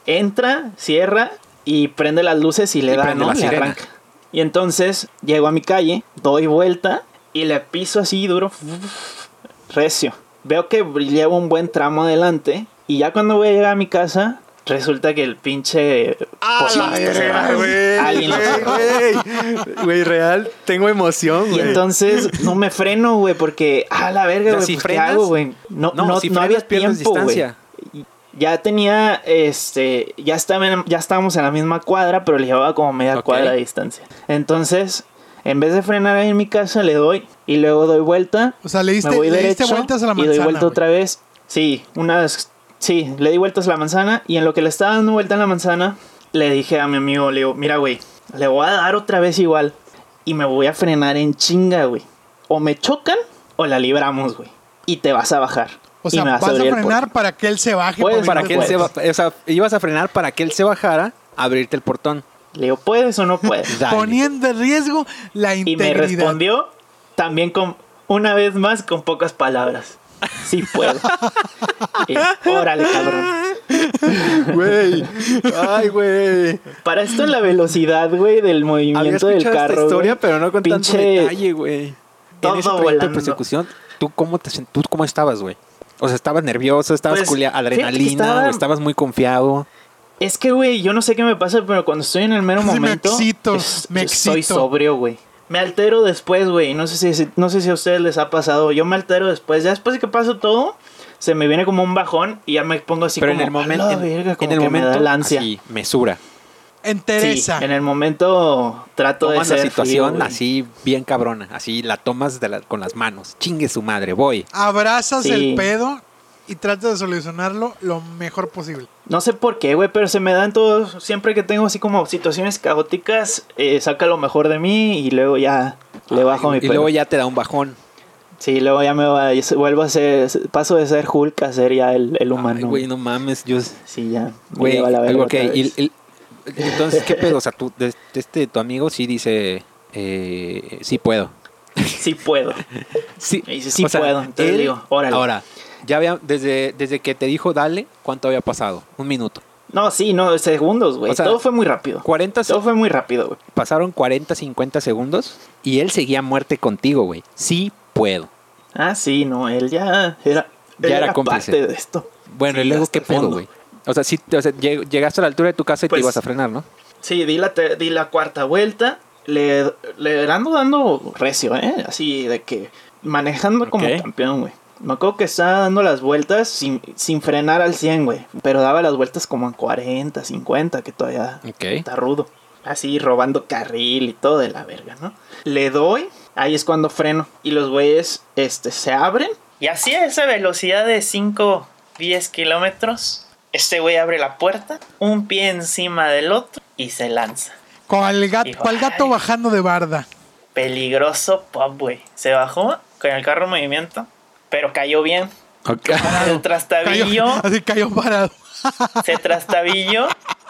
Entra, cierra y prende las luces y le
Y
da,
prende
¿no?
la
Le
sirena.
arranca. Y entonces llego a mi calle, doy vuelta y le piso así duro, recio. Veo que llevo un buen tramo adelante y ya cuando voy a llegar a mi casa, resulta que el pinche... policía se va. Alguien lo cerró.
güey! Güey, real, tengo emoción,
Y entonces no me freno, güey, porque a la verga,
Pero
güey,
si
pues, ¿qué
frenas-
hago, güey? No,
no,
no, no,
si
había
frenas, pierdes
tiempo, güey.
distancia.
Ya tenía, este, ya, estaba en- ya estábamos en la misma cuadra, pero le llevaba como media
Ok.
cuadra de distancia. Entonces, en vez de frenar ahí en mi casa, le doy y luego doy vuelta
O sea, le diste,
me voy
le diste
derecho
vueltas a la
y
manzana.
doy vuelta
güey.
otra vez. Sí, unas... Sí, le di vueltas a la manzana y en lo que le estaba dando vuelta a la manzana, le dije a mi amigo, le digo, mira, güey, le voy a dar otra vez igual y me voy a frenar en chinga, güey. O me chocan o la libramos, güey. Y te vas a bajar.
O
Y
sea,
me
vas a
abrir el portón.
frenar para que él se baje.
Puedes,
Para que él se
Puedes.
ba- o sea, ibas a frenar para que él se bajara, abrirte el portón.
Le digo, ¿puedes o no puedes?
Dale.
Poniendo en riesgo la
Y me
integridad.
respondió también con, una vez más, con pocas palabras. Sí puedo. Y, órale, cabrón.
Güey. Ay, güey.
Para esto en la velocidad, güey, del
Había
movimiento
escuchado
del carro.
esta historia,
güey,
pero no con
pinche,
tanto detalle, güey.
todo
en ese trayecto de
volando.
persecución, ¿tú cómo, te, sent- tú cómo estabas, güey? O sea, ¿estabas nervioso? ¿Estabas
Pues,
culia-
fíjate que
adrenalina?
estaba-
¿O estabas muy confiado?
Es que, güey, yo no sé qué me pasa, pero cuando estoy en el mero
Sí, me
momento.
excito,
es-
me
Soy
excito.
sobrio, güey. Me altero después, güey. No, sé si, no sé si a ustedes les ha pasado. Yo me altero después. Ya después de que paso todo, se me viene como un bajón y ya me pongo así
pero
como.
en el
"A
momento.
la
En,
verga",
en
como
el
que
momento.
Me da el ansia.
así, mesura.
Entereza.
Sí, en el momento trato
Tomas
de
la
ser
situación
frío, güey.
así, bien cabrona. Así la tomas de la- con las manos. Chingue su madre, voy.
Abrazas
Sí.
el pedo y tratas de solucionarlo lo mejor posible.
No sé por qué, güey, pero se me dan todos. Siempre que tengo así como situaciones caóticas, eh, saca lo mejor de mí y luego ya le bajo
y,
mi
y
pelo.
luego ya te da un bajón.
Sí, luego ya me va, y se- vuelvo a ser. Paso de ser Hulk a ser ya el, el humano.
Ay, güey, no mames. Yo.
Sí, ya. me
Güey,
lleva la verga
ok,
otra
y-
vez.
y- entonces, ¿qué pedo? O sea, tú, de- de este, tu amigo sí dice, eh, sí puedo.
Sí puedo.
Sí,
Me dice, "Sí puedo". Entonces le digo, "Órale".
Ahora, ya había, desde, desde que te dijo dale, ¿cuánto había pasado? Un minuto.
No, sí, no, segundos, güey.
O sea,
Todo fue muy rápido.
40, se-
Todo fue muy rápido, güey.
pasaron 40, 50 segundos y él seguía a muerte contigo, güey. Sí puedo.
Ah, sí, no, él ya era.
Ya
él
era cómplice.
parte de esto.
Bueno,
Sí,
y luego,
hasta
¿qué
el
pedo,
fondo.
güey? O sea, sí, o sea, lleg- llegaste a la altura de tu casa y
Pues-
te ibas a frenar, ¿no?
Sí, di la, te- di la cuarta vuelta. Le, le ando dando recio, ¿eh? Así de que manejando como
Ok.
campeón, güey. Me acuerdo que estaba dando las vueltas sin, sin frenar al 100, güey. Pero daba las vueltas como en 40, 50, que todavía
Ok.
está rudo. Así robando carril y todo de la verga, ¿no? Le doy, ahí es cuando freno. Y los güeyes este, se abren. Y así a esa velocidad de 5, 10 kilómetros, este güey abre la puerta, un pie encima del otro y se lanza.
Con el gato,
Hijo,
cual gato
ay.
bajando de barda.
Peligroso pop, güey. Se bajó con el carro en movimiento, pero cayó bien.
Ok.
El
Cayó,
trastabillo
así cayó parado.
se trastabillo,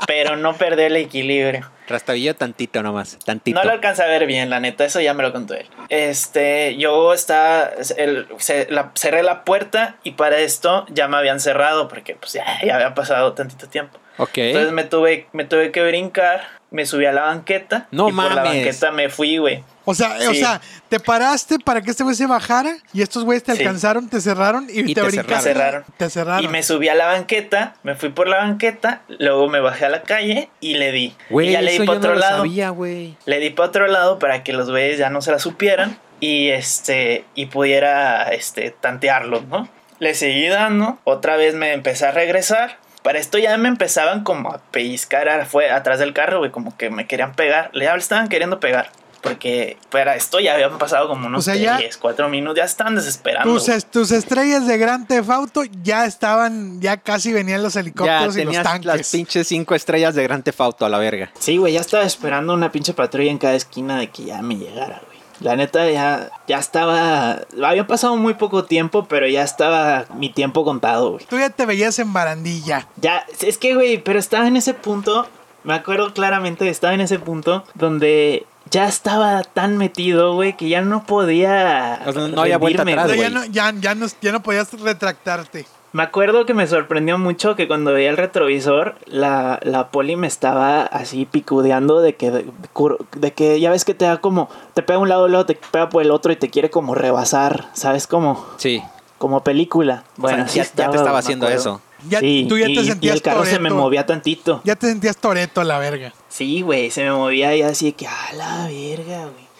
pero no perdió el equilibrio.
Trastabilla tantito nomás, tantito.
No lo alcanza a ver bien, la neta, eso ya me lo contó él. Este, yo estaba, el- se- la- cerré la puerta y para esto ya me habían cerrado porque pues ya, ya había pasado tantito tiempo.
Ok.
Entonces me tuve, me tuve que brincar, me subí a la banqueta
No
y por la
mames.
banqueta me fui, güey.
O sea, eh, o
Sí.
sea, te paraste para que este güey se bajara y estos güeyes te
Sí.
alcanzaron, te cerraron y,
Y
te,
te
brincaron.
cerraron.
Te cerraron.
Y me subí a la banqueta, me fui por la banqueta, luego me bajé a la calle y le di.
Güey,
y ya le di
eso
para
yo
otro
no lo
lado.
sabía, güey.
Le di para otro lado para que los güeyes ya no se la supieran y este y pudiera este tantearlos, ¿no? Le seguí dando, otra vez me empecé a regresar. Para esto ya me empezaban como a pellizcar fue atrás del carro, güey, como que me querían pegar, le ya le estaban queriendo pegar. Porque para esto ya habían pasado como unos
O sea, ya-
3, 4 minutos. Ya estaban desesperando.
Tus, es- tus estrellas de Gran Tefauto ya estaban, ya casi venían los
Ya
helicópteros y los
tenías las
tanques.
pinches cinco estrellas de Gran Tefauto a la verga.
Sí, güey, ya estaba esperando una pinche patrulla en cada esquina de que ya me llegara, güey. La neta ya, ya estaba... Había pasado muy poco tiempo, pero ya estaba mi tiempo contado, güey.
Tú ya te veías en barandilla.
Ya, es que, güey, pero estaba en ese punto, me acuerdo claramente, estaba en ese punto donde ya estaba tan metido, güey, que ya no podía...
O sea, no había vuelta
rendirme,
atrás,
Ah, güey.
ya,
güey.
no, ya, ya no, ya no podías retractarte.
Me acuerdo que me sorprendió mucho que cuando veía el retrovisor, la, la poli me estaba así picudeando de que, de, cur- de que ya ves que te da como, te pega un lado, luego te pega por el otro y te quiere como rebasar, ¿sabes? Como,
Sí.
como película. Bueno,
o sea,
sí
ya, ya te estaba
me
haciendo
acuerdo.
eso.
Ya,
Sí,
tú ya
y-
te
y
sentías
el carro se me
Toretto.
movía tantito.
Ya te sentías Toreto a la verga.
Sí, güey, se me movía y así de que, a la verga, güey.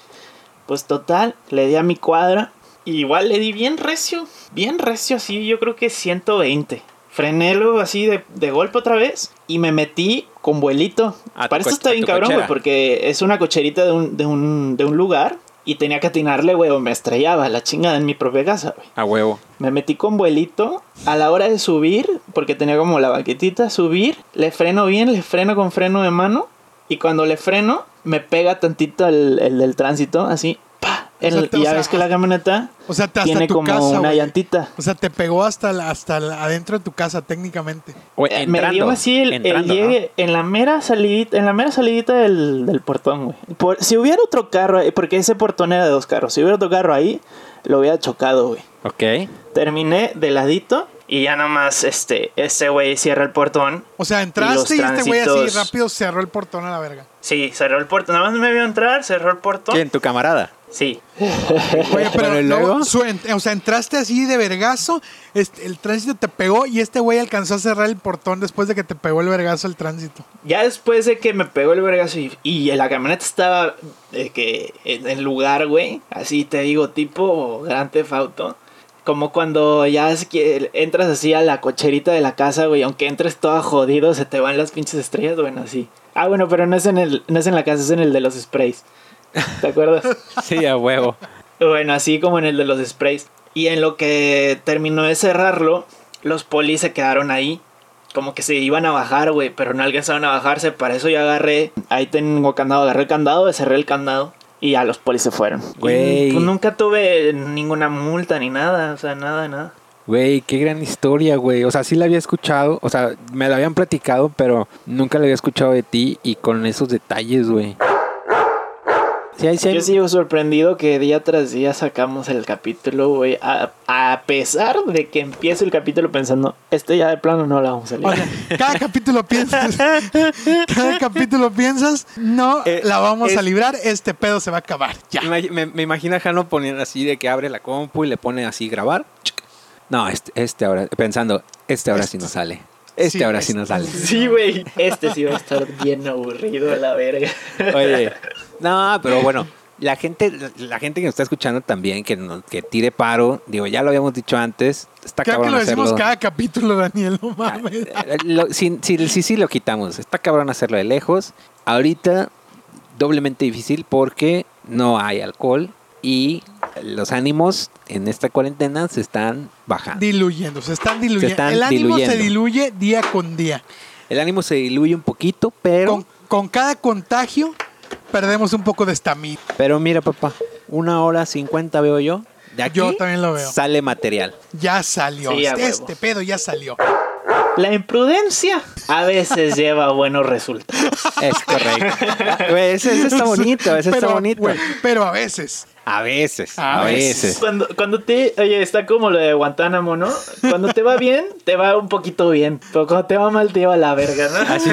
Pues total, le di a mi cuadra. y igual le di bien recio, bien recio, así yo creo que 120. Frenélo así de, de golpe otra vez y me metí con vuelito.
A tu
Para esto
co-
está
a
bien
tu
cabrón, güey,
cochera.
porque es una cocherita de un, de un, de un lugar y tenía que atinarle, güey, o me estrellaba la chingada en mi propia casa, güey.
A huevo.
Me metí con vuelito a la hora de subir, porque tenía como la baquetita, subir, le freno bien, le freno con freno de mano, y cuando le freno, me pega tantito el, el del tránsito, así, pa, El-
O sea, te-
y
o
ya
sea,
ves que la camioneta
O sea, te hasta
tiene
tu
como
casa,
una
güey.
llantita.
O sea, te pegó hasta, la- hasta la- adentro de tu casa, técnicamente.
O
Eh, me dio
entrando,
así el, el
entrando, ¿no?
llegue en la mera salidita, en la mera salidita del, del portón, güey. Por- si hubiera otro carro, ahí- porque ese portón era de dos carros, si hubiera otro carro ahí, lo hubiera chocado, güey.
Ok.
Terminé de ladito y ya nomás este ese güey cierra el portón.
O sea, entraste y,
los
este güey así
tránsitos.
rápido cerró el portón a la verga.
Sí, cerró el portón. Nada más me vio entrar, cerró el portón.
¿Quién? ¿Tu camarada?
Sí.
Oye, pero,
Pero, ¿y
no,
luego?
su ent- o sea, entraste así de vergazo, este, el tránsito te pegó y este güey alcanzó a cerrar el portón después de que te pegó el vergazo el tránsito.
Ya después de que me pegó el vergazo y, y la camioneta estaba de que en el lugar, güey. Así te digo, tipo Gran Theft Auto. Como cuando ya es que entras así a la cocherita de la casa, güey. Aunque entres toda jodido, se te van las pinches estrellas, bueno, así. Ah, bueno, pero no es en el, no es en la casa, es en el de los sprays. ¿Te acuerdas?
Sí, a huevo.
Bueno, así como en el de los sprays. Y en lo que terminó de cerrarlo, los polis se quedaron ahí. Como que se iban a bajar, güey, pero no alcanzaron a bajarse. Para eso yo agarré. Ahí tengo candado, agarré el candado, cerré el candado. Y ya los polis se fueron. Y,
Güey.
pues, nunca tuve ninguna multa ni nada, o sea, nada, nada.
Güey, qué gran historia, güey. O sea, sí la había escuchado, o sea, me la habían platicado, pero nunca la había escuchado de ti y con esos detalles, güey. Sí, ahí sí hay-
Yo sigo sorprendido que día tras día sacamos el capítulo, güey. A, a pesar de que empiezo el capítulo pensando, este ya de plano no la vamos a
O
leer.
sea, cada capítulo piensas, cada capítulo piensas, no
Eh,
la vamos a
es-
librar, este pedo se va a acabar, ya.
Ima- Me, me imagino a Jano poniendo así de que abre la compu y le pone así grabar. Chic. No, este, este ahora, pensando, este ahora sí nos sale. Este
Sí,
ahora sí
este-
nos sale.
Sí, güey. Este sí va a estar bien aburrido a la verga.
Oye, no, pero bueno, la gente, la gente que nos está escuchando también, que, no- que tire paro, digo, ya lo habíamos dicho antes, está
Creo que
cabrón
lo decimos
hacerlo.
cada capítulo, Daniel, no mames.
Eh, lo- si, si- si- si lo quitamos, está cabrón hacerlo de lejos. Ahorita, doblemente difícil porque no hay alcohol y los ánimos en esta cuarentena se están bajando.
Diluyendo, se están diluyendo.
Ah. están
el ánimo se
diluyendo.
diluye día con día.
El ánimo se diluye un poquito, pero,
Con, con cada contagio perdemos un poco de estamina.
pero mira, papá, una hora cincuenta veo yo. De aquí
Yo también lo veo.
sale material.
Ya salió.
Sí, a
este,
huevo.
este pedo ya salió.
La imprudencia a veces lleva a buenos resultados.
Es correcto. Ah, güey, ese, ese está bonito, ese está bonito.
güey, pero a veces.
A veces,
A
a veces.
Cuando, cuando te. Oye, está como lo de Guantánamo, ¿no? Cuando te va bien, te va un poquito bien. Pero cuando te va mal, te va a la verga, ¿no?
Así,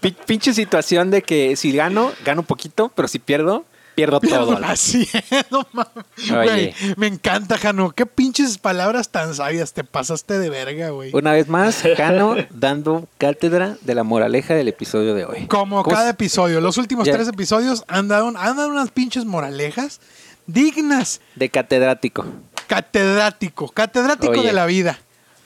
pi- pinche situación de que si gano, gano poquito, pero si pierdo, pierdo todo.
Así es, no mames. Güey,
Oye.
me encanta, Jano. Qué pinches palabras tan sabias. Te pasaste de verga, güey.
Una vez más, Cano dando cátedra de la moraleja del episodio de hoy. Pues,
Como
Cos-
cada episodio. Los últimos
Ya.
tres episodios han dado, han dado unas pinches moralejas dignas.
De catedrático.
Catedrático. Catedrático
Oye.
de la vida.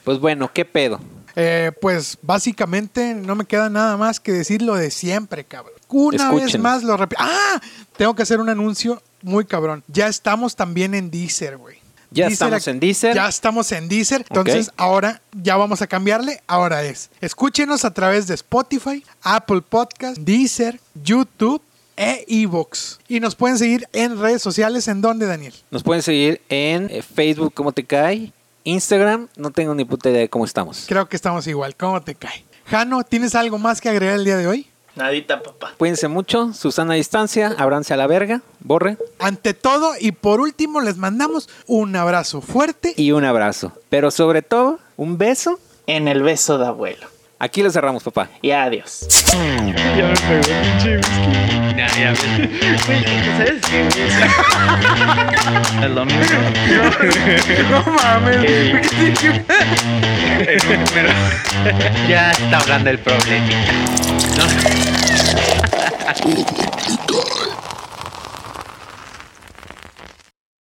Pues bueno, ¿qué pedo?
Eh, pues básicamente no me queda nada más que decir lo de siempre, cabrón. Una vez
Escúchenos.
más lo repito. ¡Ah! Tengo que hacer un anuncio muy cabrón. Ya estamos también en Deezer, güey.
Ya estamos en Deezer.
Ya estamos en Deezer. Entonces, ahora ya vamos a cambiarle. Ahora es. Escúchenos a través de Spotify, Apple Podcast, Deezer, YouTube e iVoox. Y nos pueden seguir en redes sociales. ¿En dónde, Daniel?
Nos pueden seguir en eh, Facebook, ¿cómo te cae? Instagram, no tengo ni puta idea de cómo estamos.
Creo que estamos igual. ¿Cómo te cae? Jano, ¿tienes algo más que agregar el día de hoy?
Nadita, papá.
Cuídense mucho, Susana a distancia, abranse a la verga, borre
Ante todo y por último, les mandamos un abrazo fuerte
y un abrazo. Pero sobre todo, un beso.
En el beso de abuelo.
Aquí lo cerramos, papá.
Y adiós.
Ya me pegó el pinche whisky. Nah, ya me. Güey, ¿sabes qué, güey? Es lo mismo.
No mames.
Eh.
¿por qué te-
Ya está hablando el problema.